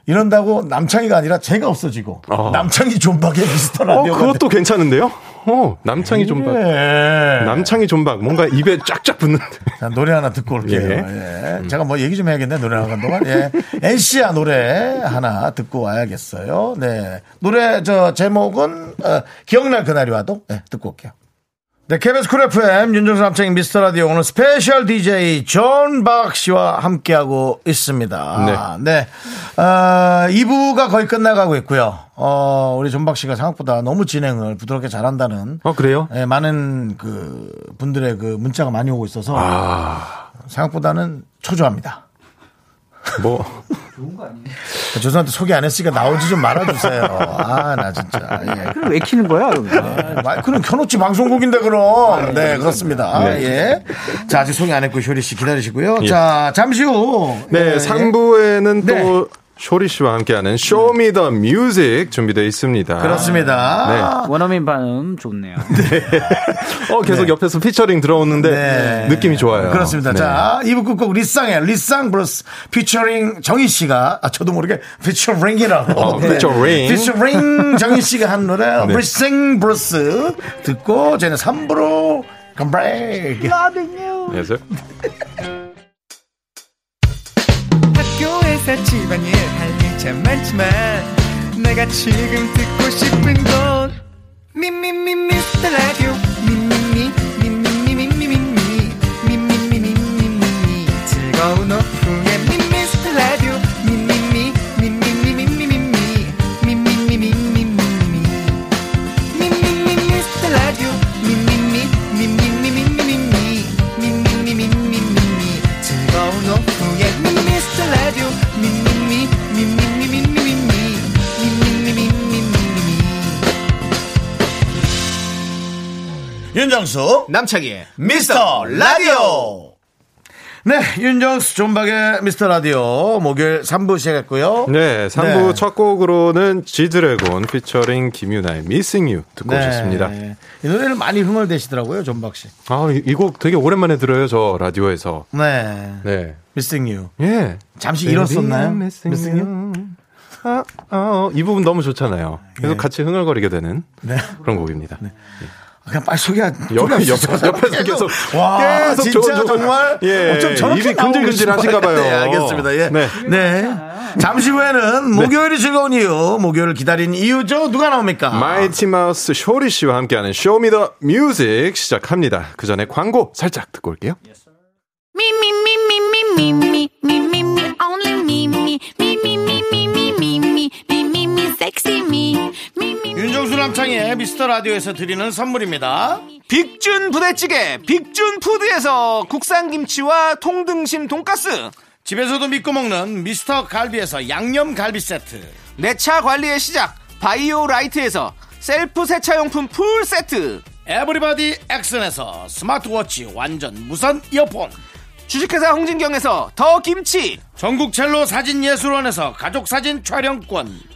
A: 이런다고 남창이가 아니라 제가 없어지고
B: 어.
A: 남창이 존박의 미스터 예.
B: 어,
A: 라디오.
B: 그것도 괜찮은데요? 어, 남창이 존박. 남창이 존박. 뭔가 입에 쫙쫙 붙는데.
A: 자, 노래 하나 듣고 올게요.
B: 예.
A: 예. 제가 뭐 얘기 좀 해야겠네, 노래 나간 동안. 예. NC야 노래 하나 듣고 와야겠어요. 네. 노래, 저, 제목은, 어, 기억날 그날이 와도, 예, 듣고 올게요. 네, KBS 쿨 FM, 윤정수 남창인 미스터 라디오. 오늘 스페셜 DJ 존박 씨와 함께하고 있습니다. 네. 어, 2부가 거의 끝나가고 있고요. 어, 우리 존박 씨가 생각보다 너무 진행을 부드럽게 잘한다는
B: 어, 그래요?
A: 예, 많은 그 분들의 그 문자가 많이 오고 있어서
B: 아.
A: 생각보다는 초조합니다.
B: 뭐,
A: 죄송한데 소개 안 했으니까 나오지 좀 말아주세요. 아, 나 진짜. 예.
D: 그럼 왜 키는 거야? 아, 예,
A: 아, 마이크는 켜놓지 방송국인데 그럼. 네, 그렇습니다. 아, 예. 자, 아직 소개 안 했고 효리 씨 기다리시고요. 자, 잠시 후.
B: 예. 네,
A: 예,
B: 3부에는
A: 네.
B: 또, 쇼리 씨와 함께하는 쇼미 더 뮤직 준비되어 있습니다.
A: 예.
B: 네.
A: 그렇습니다.
D: 원어민 발음 좋네요.
B: 어, 계속 옆에서 피처링 들어오는데
A: 네.
B: 느낌이 좋아요.
A: 그렇습니다.
B: 네.
A: 자, 2부 끝곡 리쌍의 리쌍 브루스 피처링 정희 씨가 아 저도 모르게 피처링이라고. 네.
B: 어, 피처링. 네.
A: 피처링 정희 씨가 한 노래 리쌍 브루스 듣고 저희는 3부로 컴브레이크.
B: 안녕하세요.
E: 학교에서 집안일 할 일 참 많지만 내가 지금 듣고 싶은 건 미미미 미스터 라디오 미미미 미미미 미미미 미미미 미미미 즐거운 오후에 미스터 라디오 미미미 미미미 미미미 미미미 미미미
A: 윤정수 남창희 미스터 라디오 네 윤정수 존박의 미스터 라디오 목요일 3부 시작했고요
B: 네, 3부
A: 네.
B: 첫 곡으로는 지드래곤 피처링 김유나의 Missing You 듣고
A: 네.
B: 오셨습니다.
A: 이 노래를 많이 흥얼대시더라고요 존박씨
B: 아, 이 곡 되게 오랜만에 들어요, 저 라디오에서.
A: 네
B: 네.
A: 미스팅 유
B: 예.
A: 잠시 잃었었나요?
B: Missing
A: 미스팅 유
B: You. 아, 아, 어, 이 부분 너무 좋잖아요. 그래서 같이 흥얼거리게 되는
A: 네.
B: 그런 곡입니다.
A: 그냥 빨리 소개하.
B: 옆, 옆, 옆에서 계속,
A: 와,
B: 계속
A: 진짜
B: 조곤, 조곤.
A: 정말
B: 예,
A: 어쩜 저렇게
B: 입이
A: 나오고
B: 근질근질하신가 봐요.
A: 네, 알겠습니다. 예. 네.
B: 네.
A: 잠시 후에는 목요일이 즐거운 이유, 목요일을 기다린 이유죠. 누가 나옵니까?
B: 마이티 마우스 쇼리 씨와 함께하는 쇼미더 뮤직 시작합니다. 그 전에 광고 살짝 듣고 올게요.
C: Me, me, me, me, me, me, me, me, me, me, only me, me, me, me, me, me, me, me, me, me, me, me, sexy me, me, me, me.
A: 윤정수 남창의 미스터 라디오에서 드리는 선물입니다.
E: 빅준 부대찌개 빅준 푸드에서 국산 김치와 통등심 돈가스
A: 집에서도 믿고 먹는 미스터 갈비에서 양념 갈비 세트.
E: 내 차 관리의 시작 바이오 라이트에서 셀프 세차용품 풀 세트
A: 에브리바디 액션에서 스마트워치 완전 무선 이어폰.
E: 주식회사 홍진경에서 더 김치
A: 전국 첼로 사진 예술원에서 가족 사진 촬영권.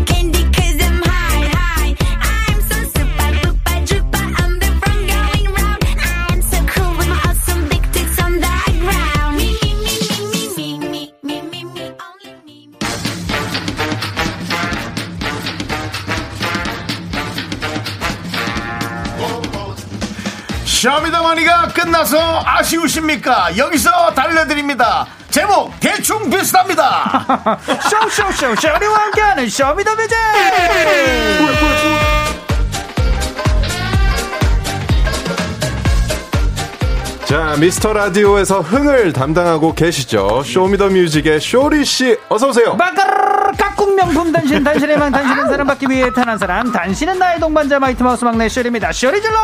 C: candy 'cause I'm high, high. I'm so super duper duper. I'm the one going round. I'm so cool with my awesome big tits on the ground. Me, me, me, me, me, me, me, me, me, only me.
A: 쇼미더머니가 끝나서 아쉬우십니까? 여기서 달려드립니다. 제목 대충 비슷합니다.
D: 쇼쇼쇼 쇼리와 함께하는 쇼미더뮤직
B: 자, 미스터 라디오에서 흥을 담당하고 계시죠. 쇼미더 뮤직의 쇼리 씨 어서 오세요.
D: 마카르르 깍꿍 명품 단신 단신의 망 단신은 사랑받기 위해 탄한 사람 단신은 나의 동반자 마이트 마우스 막내 쇼리입니다 쇼리 질러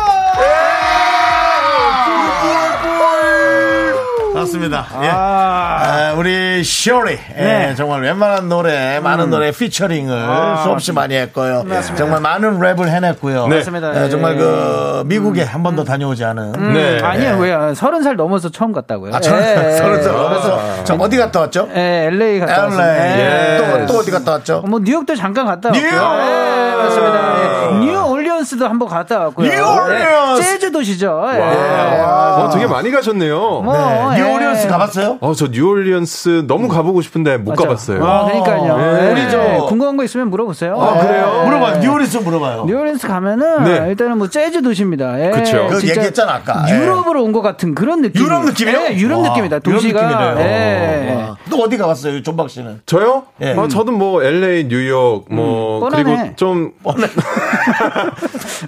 A: 맞습니다. 예.
D: 아,
A: 아, 우리 쇼리 예,
D: 네. 음.
A: 정말 웬만한 노래 많은 노래 피처링을
D: 아,
A: 수없이 많이 했고요. 정말 많은 랩을 해냈고요.
B: 네.
D: 네. 맞습니다. 음.
A: 예, 정말 그 미국에 한 번도 다녀오지 않은 예.
B: 네.
D: 아니요 왜요 서른 살 넘어서 처음 갔다고요
A: 아, 저는
D: 예, 예.
A: 서른 살 아, 넘어서 저 어디 갔다 왔죠?
D: 예, LA 갔다 왔어요.
A: LA.
D: 예.
A: 또, 또 어디 갔다 왔죠?
D: 뭐 뉴욕도 잠깐 갔다 왔고요.
A: 뉴욕! 아.
D: 예, 맞습니다. 예. 뉴올리언스도 한번 갔다 왔고요.
A: 뉴올리언스!
D: 예, 재즈 도시죠. 예.
B: 와, 어, 되게 많이 가셨네요.
D: 뭐, 예.
A: 뉴올리언스 가봤어요?
B: 어, 저 뉴올리언스 너무 가보고 싶은데 못
D: 맞죠?
B: 가봤어요.
D: 아, 그러니까요.
A: 예.
D: 예.
A: 우리 저-
D: 궁금한 거 있으면 물어보세요. 예.
B: 아, 그래요?
A: 물어봐요. 예. 뉴올리언스 물어봐요.
D: 뉴올리언스 가면은
B: 네.
D: 일단은 뭐 재즈 도시입니다. 예.
B: 그쵸.
A: 그거
D: 진짜
A: 얘기했잖아, 아까. 예.
D: 유럽으로 온 것 같은 그런 느낌.
A: 유럽 느낌이에요?
D: 예, 유럽
A: 와,
D: 느낌이다.
A: 유럽
D: 도시가.
A: 느낌이네요.
D: 예.
A: 와. 또 어디 가봤어요, 존박 씨는?
B: 저요?
A: 예.
B: 아, 저도 뭐 LA, 뉴욕, 뭐
D: 음, 뻔하네.
B: 그리고 좀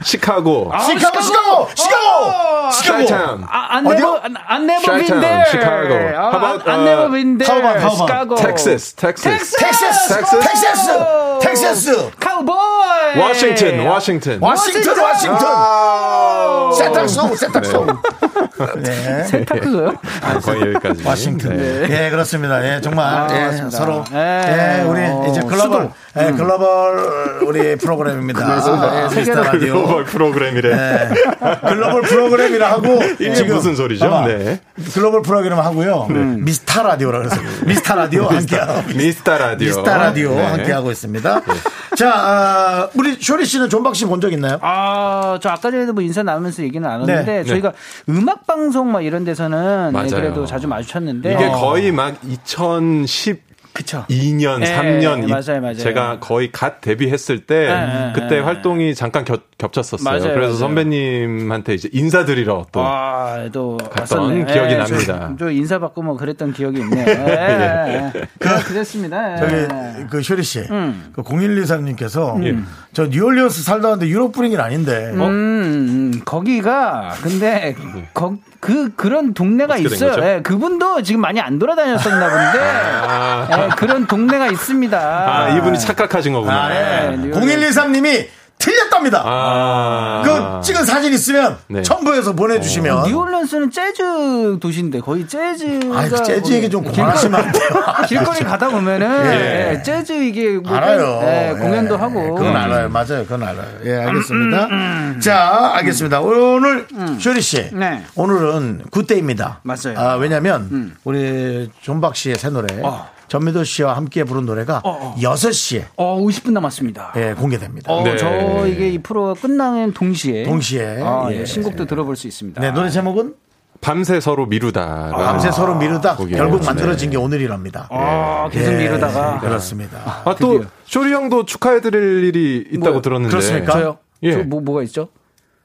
B: 시카고,
A: 시카고, 시카고, 시카고,
B: 샤이참,
D: 아, I've
A: 어디요?
D: never, I've never been
B: Chi-town,
D: there.
B: Chicago.
D: 아,
B: How about,
D: I've
B: uh,
D: never been there.
A: how about- how about
D: Chicago.
B: 텍사스, 텍사스,
A: 텍사스,
B: 텍사스?
A: 텍사스, 텍사스,
D: 카우보이.
B: 워싱턴, 워싱턴.
A: 와싱턴, 와싱턴,
B: 아,
A: 세탁소, 세탁소. 네.
D: 세탁소요?
B: 아, 거의 여기까지.
A: 와싱턴.
B: 네.
A: 예, 그렇습니다. 예, 정말 예,
D: 맞습니다.
A: 서로
D: 예,
A: 예, 우리
D: 어,
A: 이제 글로벌 예, 글로벌 우리 프로그램입니다. 아, 예, 미스터 라디오.
B: 글로벌 프로그램이래.
A: 예, 글로벌 프로그램이라 하고
B: 이게 무슨 소리죠?
A: 봐봐.
B: 네.
A: 글로벌 프로그램 하고요. 미스터 라디오라 그래서 미스터 라디오 함께
B: 미스터 라디오.
A: 미스터 라디오
B: 네.
A: 함께 하고 있습니다. 자, 아, 우리 쇼리 씨는 존박 씨 본 적 있나요?
D: 아, 저 아까 전에도 뭐 인사 나누면서 얘기는 나눴는데
A: 네.
D: 저희가 음악 방송 막 이런 데서는
B: 맞아요.
D: 예, 그래도 자주 마주쳤는데
B: 이게
D: 어,
B: 거의 막 2010.
A: 그쵸.
B: 2년,
D: 예,
B: 3년 이-
D: 맞아요, 맞아요.
B: 제가 거의 갓 데뷔했을 때
D: 예, 예,
B: 그때
D: 예.
B: 활동이 잠깐 겹, 겹쳤었어요.
D: 맞아요,
B: 그래서
D: 맞아요.
B: 선배님한테 이제 인사드리러 또
D: 아, 또
B: 갔던
D: 왔었네.
B: 기억이
D: 예,
B: 납니다.
D: 저, 저 인사받고 뭐 그랬던 기억이 있네요. 예, 예. 그, 그랬습니다. 예.
A: 저기 그 쇼리 씨,
D: 음.
A: 그 0123님께서
B: 예.
A: 저 뉴올리언스 살다 왔는데 유럽 분위기는 아닌데
D: 음, 음, 거기가 근데 거, 그 그런 동네가
B: 네. 어떻게 된
D: 있어요.
B: 거죠?
D: 예, 그분도 지금 많이 안 돌아다녔었나 본데 예, 그런 동네가 있습니다.
B: 아, 이분이 착각하신 거구나.
A: 아, 예.
D: 네,
A: 0123님이 틀렸답니다.
B: 아.
A: 그 찍은 사진 있으면
B: 네.
A: 첨부해서 보내주시면.
D: 어. 뉴올리언스는 재즈 도시인데 거의 재즈가
A: 아이, 그 재즈 얘기 좀 그만하시면 안 돼요.
D: 어. 길거리 가다 보면은
A: 예.
D: 예, 재즈 이게 뭐
A: 알아요.
D: 예, 공연도
A: 예,
D: 하고 음,
A: 그건 알아요. 맞아요. 그건 알아요. 예, 알겠습니다. 자, 알겠습니다. 오늘 쇼리 씨.
D: 네.
A: 오늘은 굿데이입니다.
D: 맞아요. 음.
A: 아, 왜냐면 우리 존박 씨의 새 노래 전미도 씨와 함께 부른 노래가
D: 어, 어.
A: 6시에
D: 어, 50분 남았습니다.
A: 예. 공개됩니다.
D: 어,
B: 네.
D: 저 이게 이 프로가 끝나는 동시에
A: 동시에.
D: 아, 예,
A: 예.
D: 신곡도 들어볼 수 있습니다.
A: 네, 노래 제목은
B: 밤새 서로 미루다.
A: 밤새 서로 미루다
B: 거기에
A: 결국
B: 네.
A: 만들어진 게 오늘이랍니다.
D: 아, 계속
A: 예,
D: 이러다가
A: 그렇습니다.
B: 아, 또,
D: 드디어.
B: 쇼리 형도 축하해드릴 일이 있다고
D: 뭐요?
B: 들었는데.
A: 그렇습니까?
D: 저요.
B: 예.
D: 저 뭐, 뭐가 있죠?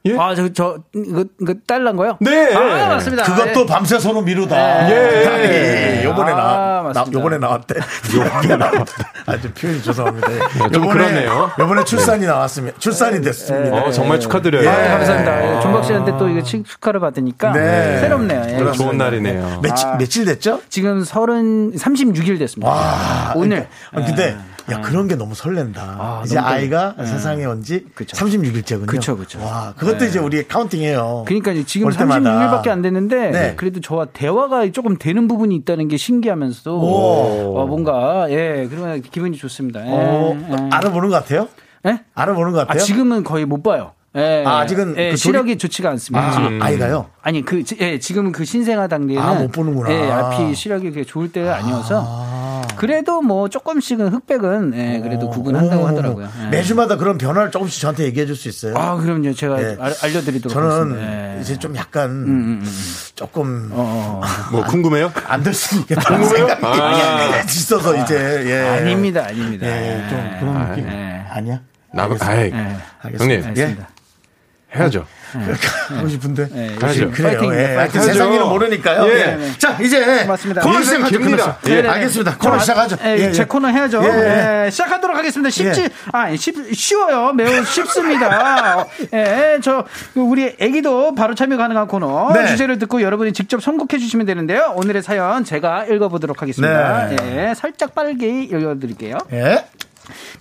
B: 예?
D: 아, 저, 저, 이거, 이거 딸란 거요?
B: 네.
D: 아, 맞습니다.
A: 그것도
D: 예.
A: 밤새 서로 미루다.
B: 예.
A: 예. 요번에
D: 아,
A: 나, 나
D: 맞습니다.
A: 요번에 나왔대. 요번에 나왔대. 아, 좀 표현이 죄송합니다.
B: 좀 그러네요.
A: 요번에 출산이 나왔습니다.
D: 예,
A: 출산이 됐습니다. 네.
B: 어, 정말 축하드려요.
D: 아, 감사합니다. 예, 존박 씨한테 또 이거 칭- 축하를 받으니까
A: 네.
D: 아, 새롭네요. 예. 아.
A: 그렇습니다.
B: 좋은 날이네요.
A: 며칠, 며칠 됐죠?
D: 지금 서른 36일 됐습니다.
A: 와,
D: 오늘 예. 아,
A: 아, 근데 야 그런 게 너무 설렌다. 이제
D: 너무 예.
A: 아이가 세상에 온 지
D: 그쵸.
A: 36일째군요.
D: 그쵸, 그쵸. 예.
A: 와, 그것도 이제 우리 카운팅해요.
D: 그러니까 이제 지금
A: 올 때마다.
D: 36일밖에 안 됐는데
A: 네.
D: 그래도 저와 대화가 조금 되는 부분이 있다는 게 신기하면서도
A: 오.
D: 어, 뭔가 예 그러면 기분이 좋습니다. 예,
A: 어,
D: 예.
A: 알아보는 것 같아요?
D: 예?
A: 알아보는 것
D: 아,
A: 같아요?
D: 지금은 거의 못 봐요. 예,
A: 아, 아직은
D: 예,
A: 그
D: 시력이 좋지가 않습니다.
A: 아,
D: 지금.
A: 아이가요?
D: 아니 그 지- 예, 지금은 그 신생아 단계는
A: 아, 못 보는구나.
D: 예, 앞이 시력이 그게 좋을 때가 아니어서 그래도 뭐 조금씩은 흑백은 예, 그래도 구분한다고
A: 어머,
D: 하더라고요.
A: 어머.
D: 예.
A: 매주마다 그런 변화를 조금씩 저한테 얘기해 줄 수 있어요?
D: 아 그럼요 제가
A: 예.
D: 알, 려드리도록 하겠습니다.
A: 저는
D: 예. 음,
A: 이제 좀 약간 조금
D: 어, 어.
B: 뭐, 궁금해요?
A: 안 될 수 있겠다는
B: 아.
A: 생각이 있어서 이제 예.
D: 아닙니다, 아닙니다.
A: 예, 좀 그런 느낌
D: 예.
A: 아니야?
B: 나, 아이.
A: 알겠습니다.
B: 형님.
A: 예.
D: 알겠습니다.
B: 해야죠.
A: 하고 싶은데.
D: 예,
B: 가야죠.
A: 그래요.
D: 파이팅입니다.
A: 예. 하여튼
B: 파이팅
A: 세상
B: 하죠.
A: 일을 모르니까요.
B: 예.
A: 예. 자, 이제
D: 고맙습니다.
A: 코너
B: 인생
A: 시작하죠. 코너
B: 깁니다.
D: 네,
A: 시작.
B: 예.
A: 예. 알겠습니다. 코너
D: 저,
A: 시작하죠.
D: 예,
A: 예,
D: 제
A: 예.
D: 코너 해야죠.
A: 예, 예.
D: 예, 시작하도록 하겠습니다. 쉽지,
A: 예.
D: 아, 쉽, 쉬워요. 매우 쉽습니다. 예, 저, 우리 애기도 바로 참여 가능한 코너.
A: 네.
D: 주제를 듣고 여러분이 직접 선곡해 주시면 되는데요. 오늘의 사연 제가 읽어보도록 하겠습니다.
A: 네.
D: 예, 살짝 빠르게 읽어드릴게요.
A: 예.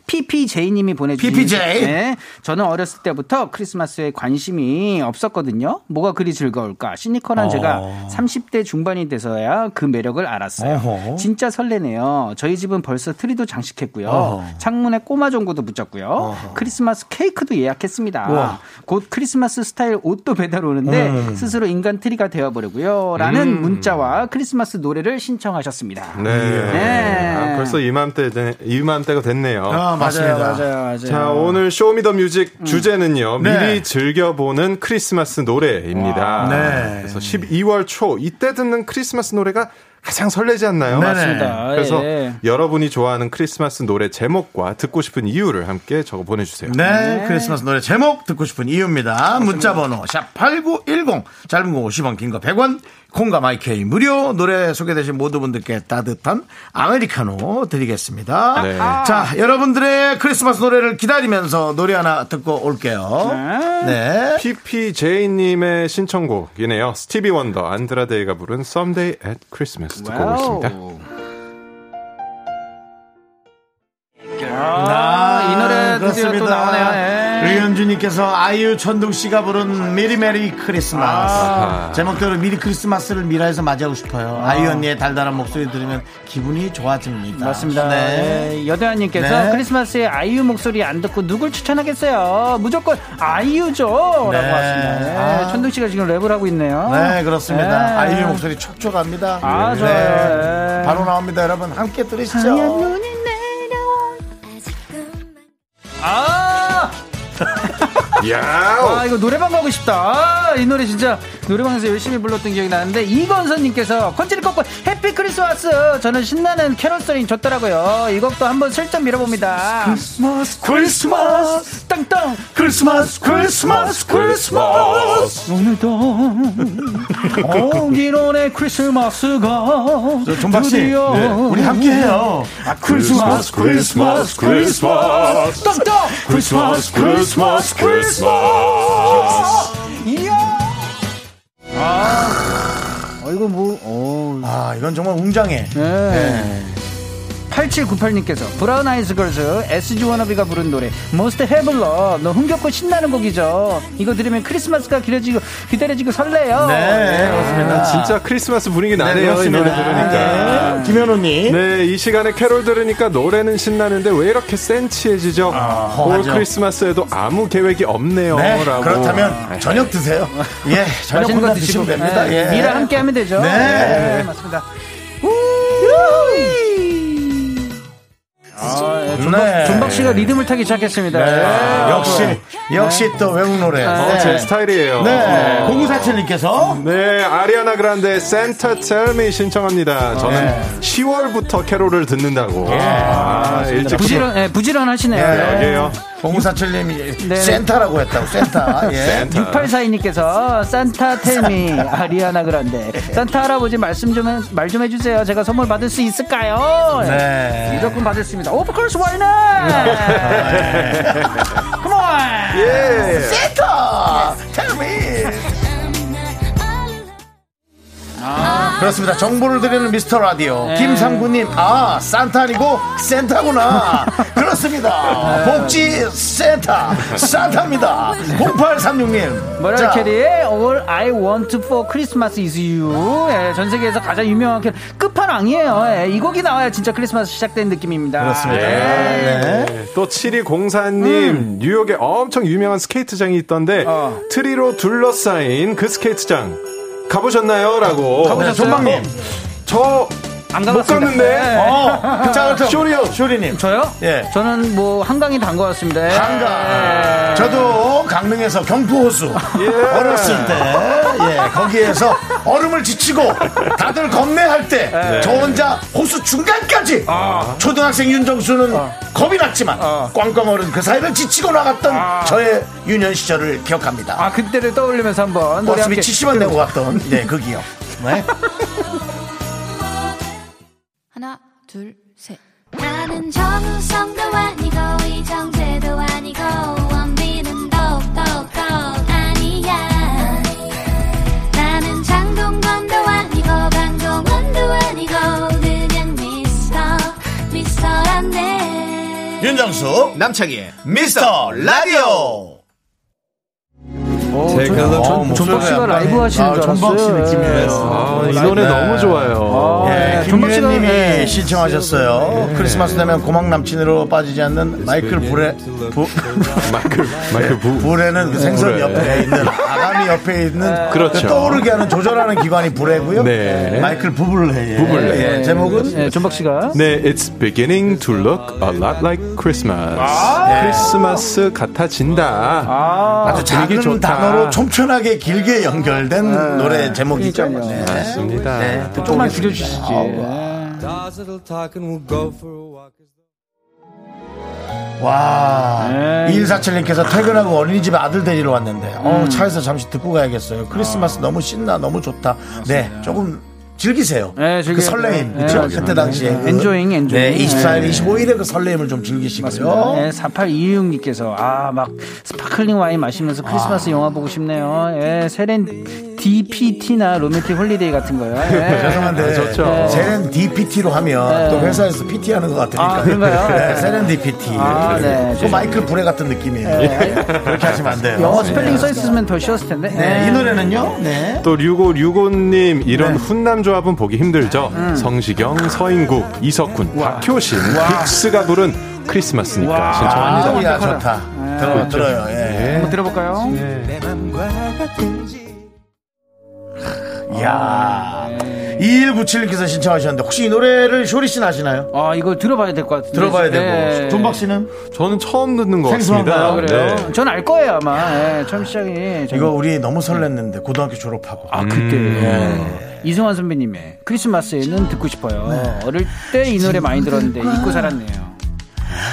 D: PPJ님이 보내주신
A: PPJ.
D: 네, 저는 어렸을 때부터 크리스마스에 관심이 없었거든요. 뭐가 그리 즐거울까? 시니컬한 제가 30대 중반이 돼서야 그 매력을 알았어요.
A: 어허.
D: 진짜 설레네요. 저희 집은 벌써 트리도 장식했고요. 창문에 꼬마 전구도 붙였고요. 크리스마스 케이크도 예약했습니다. 곧 크리스마스 스타일 옷도 배달 오는데 스스로 인간 트리가 되어버리고요. 라는 문자와 크리스마스 노래를 신청하셨습니다.
B: 네.
D: 네.
B: 아, 벌써 이맘때, 네, 이맘때가 됐네요.
A: 아, 맞습니다.
D: 맞아요, 맞아요.
B: 자, 오늘 쇼미더뮤직 주제는요.
A: 네.
B: 미리 즐겨보는 크리스마스 노래입니다.
A: 네.
B: 그래서 12월 초 이때 듣는 크리스마스 노래가 가장 설레지 않나요?
A: 네네.
D: 맞습니다.
B: 그래서
D: 예.
B: 여러분이 좋아하는 크리스마스 노래 제목과 듣고 싶은 이유를 함께 적어 보내주세요.
A: 네, 크리스마스 노래 제목 듣고 싶은 이유입니다. 문자번호 샵8910 짧은 거 50원 긴 거 100원 콩과 마이케이 무료 노래 소개되신 모든 분들께 따뜻한 아메리카노 드리겠습니다.
B: 네.
A: 자, 여러분들의 크리스마스 노래를 기다리면서 노래 하나 듣고 올게요. 네.
B: PPJ님의 신청곡이네요. 스티비 원더 안드라데이가 부른 Someday at Christmas 듣고 오겠습니다.
D: 아, 이 노래 드디어 또
A: 그렇습니다.
D: 나오네요. 예.
A: 류현주님께서 아이유 천둥 씨가 부른 미리 메리 크리스마스
B: 아.
A: 제목대로 미리 크리스마스를 미라에서 맞이하고 싶어요. 아. 이유 언니의 달달한 목소리 들으면 기분이 좋아집니다.
D: 맞습니다.
A: 네.
D: 예, 여대환님께서
A: 네.
D: 크리스마스에 아이유 목소리 안 듣고 누굴 추천하겠어요? 무조건 아이유죠.
A: 네.
D: 라고 하십니다. 예,
A: 아.
D: 천둥 씨가 지금 랩을 하고 있네요.
A: 네, 그렇습니다.
D: 예.
A: 아이유 목소리 촉촉합니다.
D: 아,
A: 네.
D: 좋아요. 예.
A: 바로 나옵니다, 여러분. 함께 들으시죠.
D: 아,
B: 야
D: 아, 이거 노래방 가고 싶다. 아, 이 노래 진짜 노래방에서 열심히 불렀던 기억이 나는데 이건선님께서 컨치리 꺾고 해피 크리스마스. 저는 신나는 캐롤 소리 좋더라고요. 이 곡도 한번 슬쩍 밀어봅니다.
A: 크리스마스, 크리스마스,
D: 땅땅.
A: 크리스마스, 크리스마스, 크리스마스.
D: 오늘도 오긴 오네 크리스마스가
A: 저 존박 씨, 네. 우리 함께 해요. 아, 크리스마스, 크리스마스, 크리스마스,
D: 떡떡
A: 크리스마스, 크리스마스, 크리스마스.
D: 이야 아 이거 뭐 어.
A: 아, 이건 정말 웅장해.
D: 네. 8798님께서 브라운 아이즈 걸즈 SG 워너비가 부른 노래 Must Have Love 너무 흥겹고 신나는 곡이죠 이거 들으면 크리스마스가 기다려지고 기다려지고 설레요 아,
A: 네, 그렇습니다.
B: 진짜 크리스마스 분위기 나네요. 이 노래
A: 네.
B: 들으니까.
A: 김현우님.
B: 네, 이 시간에 캐롤 들으니까 노래는 신나는데 왜 이렇게 센치해지죠? 올
A: 허하죠.
B: 크리스마스에도 아무 계획이 아, 없네요.
A: 네,
B: 라고.
A: 그렇다면 저녁 드세요. 예, 저녁
D: 맛있는 거
A: 혼자 드시면
D: 드시고
A: 됩니다.
D: 예.
A: 예.
D: 네, 미라 함께 하면 되죠
A: 네.
D: 맞습니다 우이.
A: 네.
D: 존박 씨가 리듬을 타기 시작했습니다.
A: 네. 역시 역시 또 외국 노래.
B: 어, 제 스타일이에요.
A: 네. 공구사칠님께서
B: 네, 아리아나 그란데 센터 텔미 신청합니다. 저는 10월부터 캐롤을 듣는다고. 네. 아, 일찍
D: 부지런, 예, 부지런하시네요.
A: 예.
B: 부탁해요.
A: 공구사칠님이
D: 네.
A: 센터라고 했다고 센터. 예.
D: 6842님께서 산타 텔미 아리아나 그란데 산타 할아버지 말씀 좀 말 좀 해주세요 제가 선물 받을 수 있을까요? 예,
A: 네.
D: 무조건 받았습니다 Of course why not Come on
B: 예.
A: 센터. Tell me. 그렇습니다. 정보를 드리는 미스터 라디오. 김상구님, 아, 산타 아니고 센타구나. 그렇습니다. 복지 센터. 산타입니다. 0836님.
D: 머랄 캐리의 All I Want for Christmas is You 예, 전 세계에서 가장 유명한 캐리 끝판왕이에요 예, 이 곡이 나와야 진짜 크리스마스 시작된 느낌입니다
A: 그렇습니다.
D: 예.
A: 네.
B: 또 7204님, 뉴욕에 엄청 유명한 스케이트장이 있던데, 트리로 둘러싸인 그 스케이트장, 아, 가보셨나요? 라고.
A: 가보셨어요? 존박님.
B: 저,
D: 안
B: 못
D: 가봤습니다
B: 갔는데?
D: 예.
A: 어, 자, 그렇죠.
B: 쇼리요.
A: 쇼리님.
D: 저요?
A: 예.
D: 저는 뭐 한강이 단 것 같습니다 예.
A: 강가. 저도 강릉에서 경포호수
B: 예.
A: 어렸을 때 예, 거기에서 얼음을 지치고 다들 겁내할 때 저 혼자 호수 중간까지 초등학생 윤정수는 겁이 났지만 꽝꽝 얼은 그 사이를 지치고 나갔던 저의 유년 시절을 기억합니다.
D: 아 그때를 떠올리면서 한번 노래
A: 버스비
D: 함께
A: 70원 내고 갔던 예, 그 기억. 네.
F: 하나, 둘, 셋.
C: 나는 정우성도 아니고 이정재도 아니고 원빈은 더욱더 아니야 나는 장동건도 아니고 강동원도 아니고 그냥 미스터 미스터란데
A: 윤정수
E: 남창희의
A: 미스터 라디오.
B: 제가
A: 어,
D: 존박 씨가
A: 목소리가
D: 라이브
A: 약간,
D: 하시는
A: 아,
D: 줄
A: 존박 씨
D: 알았어요.
A: 느낌이에요.
B: 아, 이 노래
A: 네.
B: 너무 좋아요.
A: 예,
D: 예, 존박 씨가-
A: 김유현님이
D: 예.
A: 신청하셨어요.
B: 예.
A: 크리스마스 되면 고막 남친으로 빠지지 않는 마이클 불에 부,
B: 마이클, 마이클 부.
A: 불에는 그 생선
B: 예. 불에.
A: 옆에 있는 아가미 옆에 있는
B: 그렇죠.
A: 그 떠오르게 하는 조절하는 기관이 불에고요.
B: 네.
A: 마이클 부블레.
B: 부블레.
A: 예, 제목은
D: 예, 존박 씨가
B: 네, it's beginning to look a lot like Christmas. 크리스마스 아. 같아진다.
A: 아주 작은
B: 분위기 좋다.
A: 단어로 촘촘하게 길게 연결된 노래 제목이죠. 네.
B: 맞습니다.
A: 네, 듣고
D: 조금만
A: 오겠습니다.
D: 줄여주시지.
A: 와.
D: 네.
A: 2147님께서 퇴근하고 어린이집에 아들 데리러 왔는데,
D: 음.
A: 어, 차에서 잠시 듣고 가야겠어요.
D: 아.
A: 크리스마스 너무 신나, 너무 좋다. 네, 조금 즐기세요.
D: 네,
A: 그
D: 즐겨요.
A: 설레임.
D: 네,
A: 그쵸?
D: 맞아요.
A: 그때 당시에. 그,
D: enjoying, enjoying.
A: 네, 24일,
D: 네.
A: 25일에 그 설레임을 좀 즐기시고요.
D: 예, 4826님께서 아 막 스파클링 와인 마시면서 크리스마스 영화 보고 싶네요. 예, 세렌 DPT나 로맨틱 홀리데이 같은 거요. 예.
A: 네, 죄송한데
B: 좋죠.
A: 세렌 DPT로 하면 또 회사에서 PT 하는 것 같으니까
D: 네. 아, 그런가요?
A: 네,
D: 네.
A: 세렌 DPT
D: 아, 네.
A: 그 마이클 불레 같은 느낌이에요 그렇게 하시면 안 돼요
D: 영어 스펠링 써 있으면 더 쉬웠을 텐데.
A: 네,
D: 예.
A: 이 노래는요 네.
B: 또 류고 류고님 이런 훈남 조합은 보기 힘들죠. 성시경, 서인국, 이석훈, 박효신, 빅스가 부른 크리스마스니까 신청합니다.
A: 아, 야, 좋다.
D: 네.
A: 들어, 들어요. 예.
D: 한번 들어볼까요?
A: 이야. 2197님께서 신청하셨는데, 혹시 이 노래를 쇼리 씨는 아시나요?
D: 아 이걸 들어봐야 될 것 같은데.
A: 들어봐야
D: 예.
A: 되고. 존박 씨는?
B: 저는 처음 듣는 것
A: 생소한가요?
B: 같습니다.
D: 아, 그래요?
B: 네.
D: 전 알 거예요 아마. 예, 처음 시작이. 전-
A: 이거 우리 너무 설렜는데, 고등학교 졸업하고.
D: 아 그때
A: 예.
D: 예. 이승환 선배님의 크리스마스에는 듣고 싶어요.
A: 네.
D: 어릴 때 이 노래 많이 들었는데 잊고 살았네요.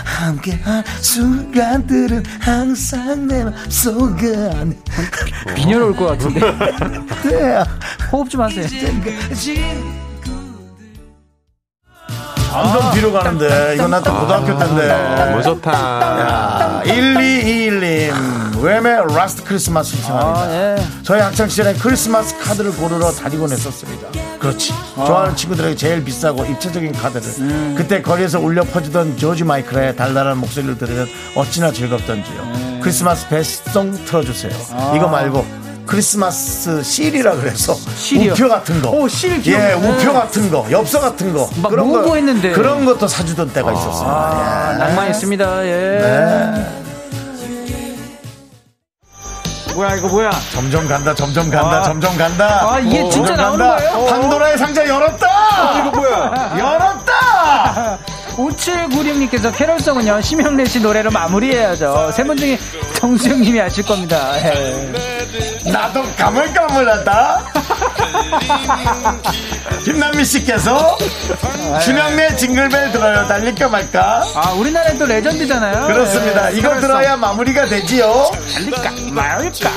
A: 함께한 순간들은 항상 내 맘속에 안
D: 빈혈 올 것 같은데
A: 돼.
D: 호흡 좀 하세요.
A: 점점 뒤로 가는데, 이건 나또 고등학교 때인데. 아,
B: 너무 좋다.
A: 야, 1221님, 웸의 라스트 크리스마스 신청합니다.
D: 아, 예.
A: 저희 학창시절에 크리스마스 카드를 고르러 다니곤 했었습니다. 그렇지. 좋아하는 친구들에게 제일 비싸고 입체적인 카드를.
D: 음.
A: 그때 거리에서 울려 퍼지던 조지 마이클의 달달한 목소리를 들으면 어찌나 즐겁던지요.
D: 음.
A: 크리스마스 베스트송 틀어주세요. 이거 말고 크리스마스 실이라 그래서
D: 아. 실이요?
A: 우표 같은 거.
D: 오, 실
A: 예,
D: 기억나네. 음.
A: 우표 같은 거, 엽서 같은 거.
D: 막 모으고했는데.
A: 그런 것도 사주던 때가 있었습니다. 예.
D: 아, 낭만했습니다. 예.
A: 네.
D: 뭐야 이거 뭐야?
A: 점점 간다, 점점 간다, 점점 간다.
D: 아, 이게 진짜
A: 점점
D: 나오는 아,
A: 간다.
D: 거예요?
A: 판도라의 상자 열었다!
B: 이거 뭐야?
A: 열었다!
D: 5796님께서 캐롤송은요, 심형래 씨 노래로 마무리해야죠. 세 분 중에 정수영님이 아실 겁니다. 예.
A: 나도 가물가물하다. 김남미 씨께서 준영래 징글벨 들어요. 달릴까 말까.
D: 아, 우리나라에 또 레전드잖아요.
A: 그렇습니다.
D: 예,
A: 이거
D: 캐롤송.
A: 들어야 마무리가 되지요.
D: 달릴까 말까.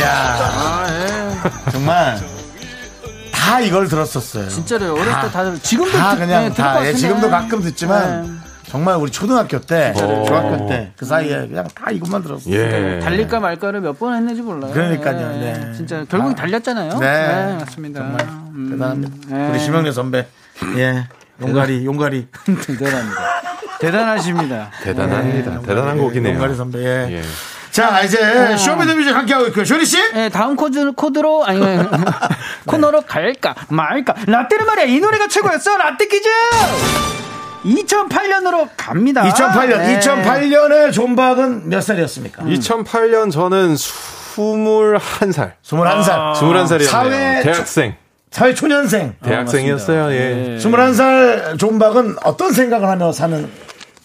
A: 야 정말 다 이걸 들었었어요.
D: 진짜로요. 어렸을
A: 다.
D: 때 다들, 지금도
A: 다
D: 듣-
A: 그냥
D: 예, 들을 것 네.
A: 다 예,
D: 같은데.
A: 지금도 가끔 듣지만 정말 우리 초등학교 때,
B: 진짜로요.
A: 중학교 때 그
D: 음.
A: 사이에 그냥 다 이것만 들었어요.
B: 예.
D: 달릴까 말까를 몇 번 했는지 몰라요.
A: 네. 그러니까요,
D: 예,
A: 네.
D: 진짜 결국
A: 아.
D: 달렸잖아요.
A: 네.
D: 맞습니다.
A: 정말
D: 음,
A: 대단합니다.
D: 예.
A: 우리 심영래 선배, 예 용가리 용가리
D: 대단합니다. 대단하십니다.
B: 대단합니다. 대단한
A: 예,
B: 곡이네요.
A: 용가리 선배. 예.
B: 예.
A: 자
D: 어.
A: 이제 쇼미더뮤직 함께 하고 있고요. 쇼리 씨.
D: 예, 다음 코드, 코드로 아니 네. 코너로 갈까 말까 라떼는 말이야 이 노래가 최고였어 라떼 퀴즈 2008년으로 갑니다
A: 2008년,
D: 네.
A: 2008년에 존박은 몇 살이었습니까?
B: 2008년 저는 21살.
A: 21살.
B: 아. 21살이었네요.
A: 아. 사회
B: 대학생.
A: 사회 초년생.
B: 네.
A: 네.
B: 대학생이었어요. 예.
A: 21살 존박은 어떤 생각을 하며 사는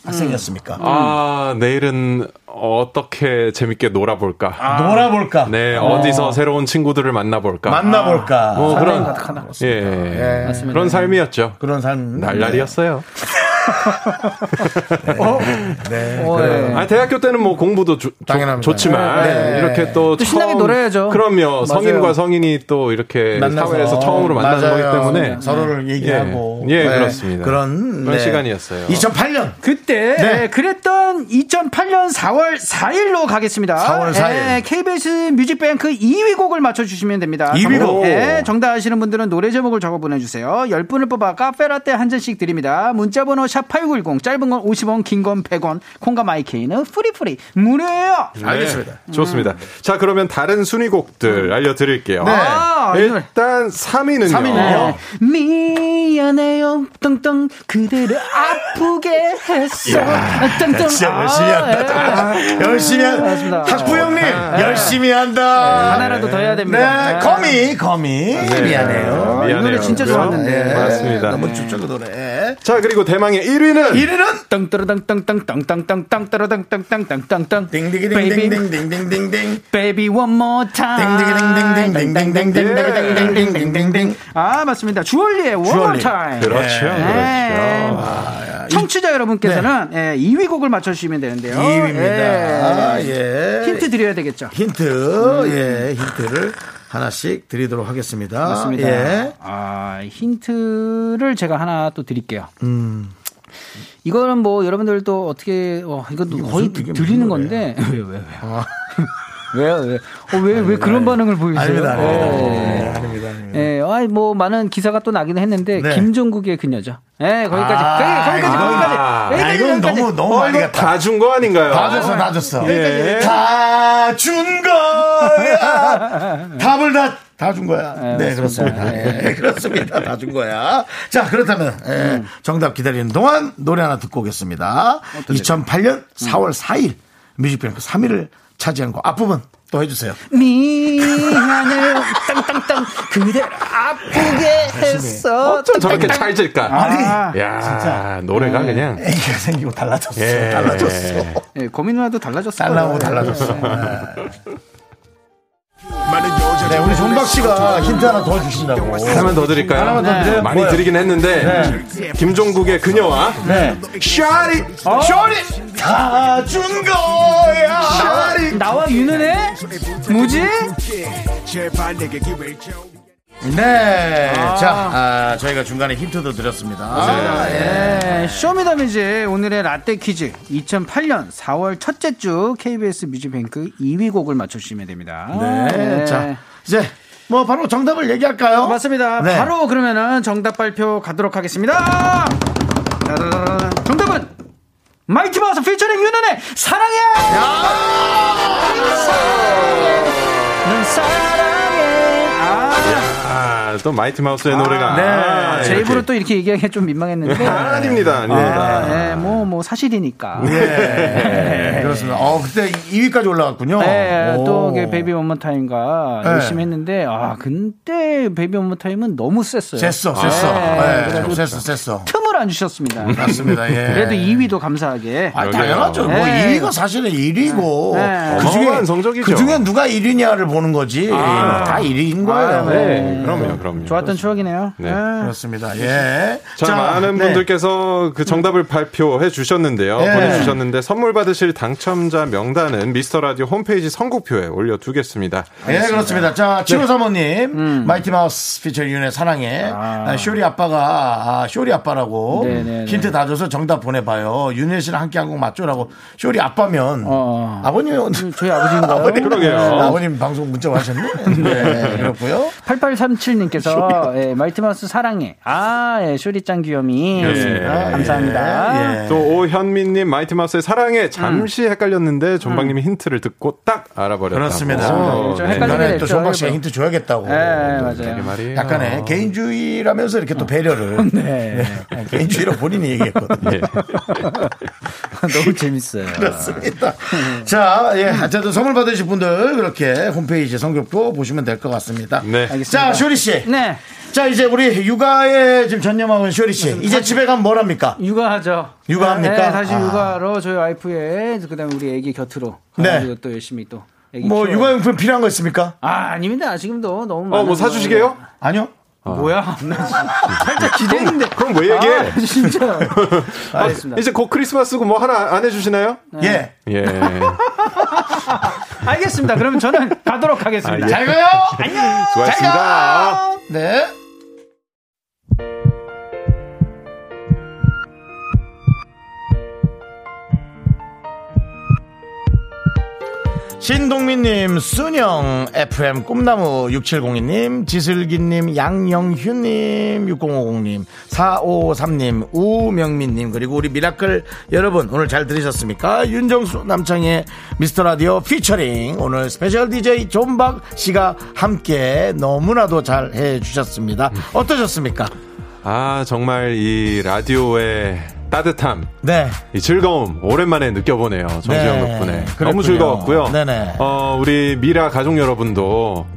A: 학생이었습니까?
B: 아, 내일은 어떻게 재밌게 놀아볼까?
A: 놀아볼까?
B: 네, 어디서 새로운 친구들을 만나볼까?
A: 만나볼까?
B: 뭐 그런
D: 가득하다.
B: 예, 예. 그런 삶이었죠.
A: 그런 삶.
B: 날날이었어요.
A: 네.
D: 어,
A: 그래요.
D: 예.
B: 아 대학교 때는 뭐 공부도 조,
A: 당연합니다.
B: 지만
A: 네.
B: 이렇게 또,
D: 또 신나게
B: 처음-
D: 놀아야죠.
B: 그럼요. 성인과
A: 맞아요.
B: 성인이 또 이렇게
A: 만나서.
B: 예, 사회에서 처음으로 만나는
A: 맞아요. 네,
B: 거기 때문에
A: 서로를 얘기하고. 네,
B: 예, 그렇습니다.
A: 그런, 네.
B: 그런 시간이었어요.
A: 2008년.
D: 그때
A: 네.
D: 예, 그랬던 2008년 4월 4일로 가겠습니다
A: 4월 4일.
D: 예, KBS 뮤직뱅크 2위 곡을 맞춰주시면 됩니다
A: 2위 곡.
D: 정- 예, 정답 아시는 분들은 노래 제목을 적어 보내주세요 10분을 뽑아 카페라떼 한 잔씩 드립니다 문자번호 샵8910 짧은 건 50원 긴 건 100원 콩과 마이케이는 프리프리 무료예요
B: 네, 좋습니다. 자, 그러면 다른
A: 음.
B: 순위곡들
A: 네.
B: 알려드릴게요.
D: 아, 이 노래.
B: 일단 3위는요. 어.
D: 네. 미안해요 떵떵 그대를 아프게 했어 떵떵
A: 진짜
D: 아,
A: 열심히 한다.
D: 예.
A: 열심히
D: 맞습니다.
A: 한다. 학부
B: 아,
A: 형님, 열심히 한다.
D: 하나라도 더 해야
A: 네,
D: 됩니다 예.
A: 거미, 거미. 미안해요.
D: 이 노래 진짜
B: 네. 그죠?
D: 좋았는데.
B: 네, 맞습니다.
A: 너무 춥죠, 그 노래.
B: 자, 그리고 대망의 1위는
A: 1위는
D: 땅땅땅땅땅땅땅땅땅땅땅땅땅땅땅땅 Baby,
A: 딩디기딩딩딩딩딩딩딩
D: baby one more time
A: 딩딩딩딩딩딩딩딩딩딩딩딩딩
D: 아 맞습니다 주얼리의 one more
A: 주얼리.
D: time
B: 그렇죠. 어,
D: 네. 청취자 여러분께서는 예, 2위 곡을 맞춰주시면 되는데요
A: 2위입니다. 예.
D: 예. 힌트 드려야 되겠죠
A: 힌트. 예, 힌트를 하나씩 드리도록 하겠습니다.
D: 맞습니다
A: 예.
D: 아 힌트를 제가 하나 또 드릴게요
A: 음.
D: 이거는 뭐 여러분들도 어떻게 어, 이건 거의
A: 무슨- 이게 무슨
D: 들리는
A: 노래예요?
D: 건데 왜 왜 왜 왜요 왜요 어, 왜, 왜 그런 반응을 보이세요
A: 아닙니다, 아닙니다.
D: 예.
A: 예, 아닙니다, 아닙니다.
D: 예, 아이 뭐 많은 기사가 또 나기는 했는데
A: 네.
D: 김종국의 그녀죠. 예, 거기까지.
A: 아,
D: 거기, 거기까지. 예,
A: 이건-
D: 거기까지.
A: 야,
D: 여기까지,
A: 아, 이건
D: 여기까지.
A: 너무, 너무 어, 많이 갔다.
B: 다 준 거 아닌가요?
A: 다 줬어, 다 줬어.
B: 예.
A: 다 준 거야. 답을 다, 다 준 거야. 네, 그렇습니다. 예, 그렇습니다. 다 준 거야. 자, 그렇다면, 예, 정답 기다리는 동안 노래 하나 듣고 오겠습니다. 2008년 4월 4일 뮤직뱅크 3위를 차지한 거 앞부분 또 해주세요.
D: 미안해요. 땅땅땅. 그대 아프게 했어.
B: 어쩜 저렇게 찰질까?
A: 아, 아니, 네.
B: 야 노래가 그냥.
A: 애기가 생기고 달라졌어.
B: 예.
A: 달라졌어.
D: 예, 고민 누나도 달라졌어요.
A: 달라고 달라졌어. 네. 네, 우리 존박
D: 아,
A: 씨가 힌트 하나 더 주신다고.
B: 하나만 더 드릴까요?
A: 하나만 더 드려요?
B: 많이
A: 뭐요?
B: 드리긴 했는데 김종국의 그녀와
A: 네.
B: 샤리
A: 쇼리 다 준 거야. 쇼리.
D: 나와 유는혜? 뭐지?
A: 네. 자, 아, 저희가 중간에 힌트도 드렸습니다. 예.
D: 네, 쇼미더뮤직 오늘의 라떼 퀴즈 2008년 4월 첫째 주 KBS 뮤직뱅크 2위 곡을 맞춰주시면 됩니다. 예.
A: 네. 자, 이제 뭐 바로 정답을 얘기할까요?
D: 맞습니다.
A: 네.
D: 바로 그러면은 정답 발표 가도록 하겠습니다. 따라라라. 정답은 마이티 마우스 피처링 윤은혜 사랑해. 사랑해. 넌 사랑해. 아,
B: 아 아, 또 마이티 마우스의 노래가.
A: 네.
B: 아,
D: 제
B: 이렇게.
D: 입으로 또 이렇게 얘기하기 좀 민망했는데.
B: 아, 아닙니다, 아닙니다.
D: 아, 예, 뭐, 뭐, 사실이니까.
A: 예. 그렇습니다. 어, 그때 2위까지 올라갔군요.
D: 예,
A: 오.
D: 또 이게 베이비 원모 타임과
A: 어. 예.
D: 열심히 했는데 아 근데 베이비 원모 타임은 너무 셌어요.
A: 셌어,
D: 예,
A: 셌어. 예,
D: 그래도
A: 셌어, 셌어.
D: 틈을 안 주셨습니다.
A: 맞습니다, 예.
D: 그래도 2위도 감사하게.
A: 아,
B: 여기요.
A: 당연하죠. 뭐
D: 네.
A: 1위가 사실은 1위고
D: 네.
B: 어마어마한 성적이죠. 아.
A: 그 중에 누가 1위냐를 보는 거지. 다 1위인 거예요. 음.
B: 네, 그럼요, 그럼요.
D: 좋았던 추억이네요.
B: 네.
D: 예.
A: 그렇습니다. 예.
B: 자, 많은
A: 네.
B: 분들께서 그 정답을 발표해 주셨는데요.
A: 예.
B: 보내주셨는데 선물 받으실 당첨자 명단은 미스터 라디오 홈페이지 선곡표에 올려두겠습니다.
A: 예, 그렇습니다.
B: 네.
A: 자, 7호 사모님,
D: 음.
A: 마이티 마우스 피처 유네 사랑해. 아, 쇼리 아빠가, 아, 쇼리 아빠라고
D: 네네네.
A: 힌트 다 줘서 정답 보내봐요. 윤혜 씨랑 함께 한 곡 맞죠라고. 쇼리 아빠면
D: 어.
A: 아버님,
D: 저희 아버지인가요?
A: 아버님,
B: 그러게요.
A: 아버님 방송 문자 하셨네? 네, 그렇고요
D: 8837님께서 예, 말티마우스 사랑해. 아, 예, 쇼리짱 귀염이.
B: 그렇습니다.
D: 예, 감사합니다.
A: 예.
B: 또 오현민님 마이티마우스의 사랑에 잠시 헷갈렸는데 존박님이 힌트를 듣고 딱 알아버렸다.
A: 그렇습니다.
D: 좀
B: 네.
D: 헷갈리게
A: 이번에 어, 또
D: 됐죠.
A: 종박 씨가 힌트 줘야겠다고.
D: 예, 맞아요.
B: 말이에요. 어.
A: 약간의 개인주의라면서 이렇게 또 배려를.
D: 네.
A: 네, 개인주의로 본인이 얘기했거든요.
B: 예.
D: 너무 재밌어요.
A: 그렇습니다. 자, 예. 어쨌든 선물 받으실 분들 그렇게 홈페이지 성격도 보시면 될 것 같습니다.
B: 네.
D: 알겠습니다.
A: 자, 쇼리 씨.
D: 네.
A: 자, 이제 우리 육아에 지금 전념하고 있는 쇼리 씨. 이제 집에 가면 뭘 합니까?
D: 육아하죠.
A: 육아합니까?
D: 네, 다시
A: 아.
D: 육아로 저희 와이프의 그다음에 우리 애기 곁으로
A: 네.
D: 가가지고 또 열심히 또 애기
A: 뭐
D: 키워요.
A: 육아용품 필요한 거 있습니까?
D: 아 아닙니다 지금도 너무 많아
B: 어, 뭐 사주시게요?
A: 아니요.
D: 뭐야? 나 진짜 살짝 기대했는데
B: 그럼 왜 얘기해?
D: 아, 진짜
B: 아,
D: 알겠습니다.
B: 이제 곧 크리스마스고 뭐 하나 안 해주시나요?
D: 네.
A: 예.
B: 예.
D: 알겠습니다. 그러면 저는 가도록
B: 아, 예.
D: 하겠습니다.
A: 잘 가요. 안녕.
B: 수고하셨습니다.
A: 네. 신동민님, 순영, FM 꿈나무 6702님, 지슬기님, 양영휴님, 6050님, 4553님, 우명민님, 그리고 우리 미라클 여러분, 오늘 잘 들으셨습니까? 윤정수 남창의 미스터 라디오 피처링, 오늘 스페셜 DJ 존박 씨가 함께 너무나도 잘 해주셨습니다. 어떠셨습니까?
B: 아, 정말 이 라디오의 따뜻함,
A: 네.
B: 이 즐거움 오랜만에 느껴보네요. 정지영
A: 네,
B: 덕분에
A: 그랬군요.
B: 너무 즐거웠고요.
A: 네네.
B: 어, 우리 미라 가족 여러분도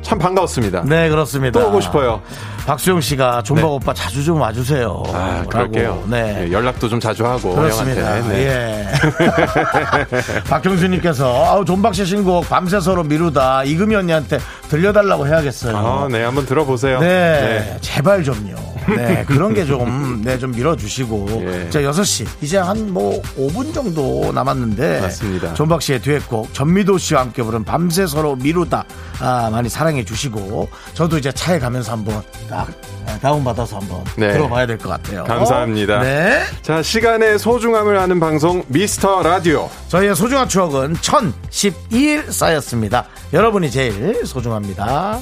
B: 참 반가웠습니다.
A: 네, 그렇습니다.
B: 또 오고 싶어요.
A: 박수영 씨가 존박
B: 네.
A: 오빠 자주 좀 와주세요.
B: 아,
A: 라고.
B: 그럴게요.
A: 네.
B: 예, 연락도 좀 자주 하고
A: 그렇습니다.
B: 형한테. 네.
A: 예. 박경수님께서 아우 존박 씨 신곡 밤새 서로 미루다 이금희 언니한테 들려달라고 해야겠어요.
B: 아, 네, 한번 들어보세요.
A: 네,
B: 네.
A: 제발 좀요. 네, 그런 게 좀, 네, 좀 밀어주시고.
B: 예.
A: 자, 6시. 이제 한 뭐 5분 정도 남았는데.
B: 맞습니다.
A: 존박 씨의 듀엣곡, 전미도 씨와 함께 부른 밤새 서로 미루다. 아, 많이 사랑해 주시고. 저도 이제 차에 가면서 한번 딱 아, 다운받아서 한번
B: 네.
A: 들어봐야 될 것 같아요.
B: 감사합니다.
A: 네.
B: 자, 시간의 소중함을 아는 방송 미스터 라디오.
A: 저희의 소중한 추억은 1012일 쌓였습니다. 여러분이 제일 소중합니다.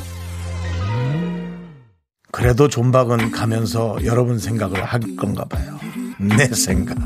A: 그래도 존박은 가면서 여러분 생각을 할 건가 봐요. 내 생각.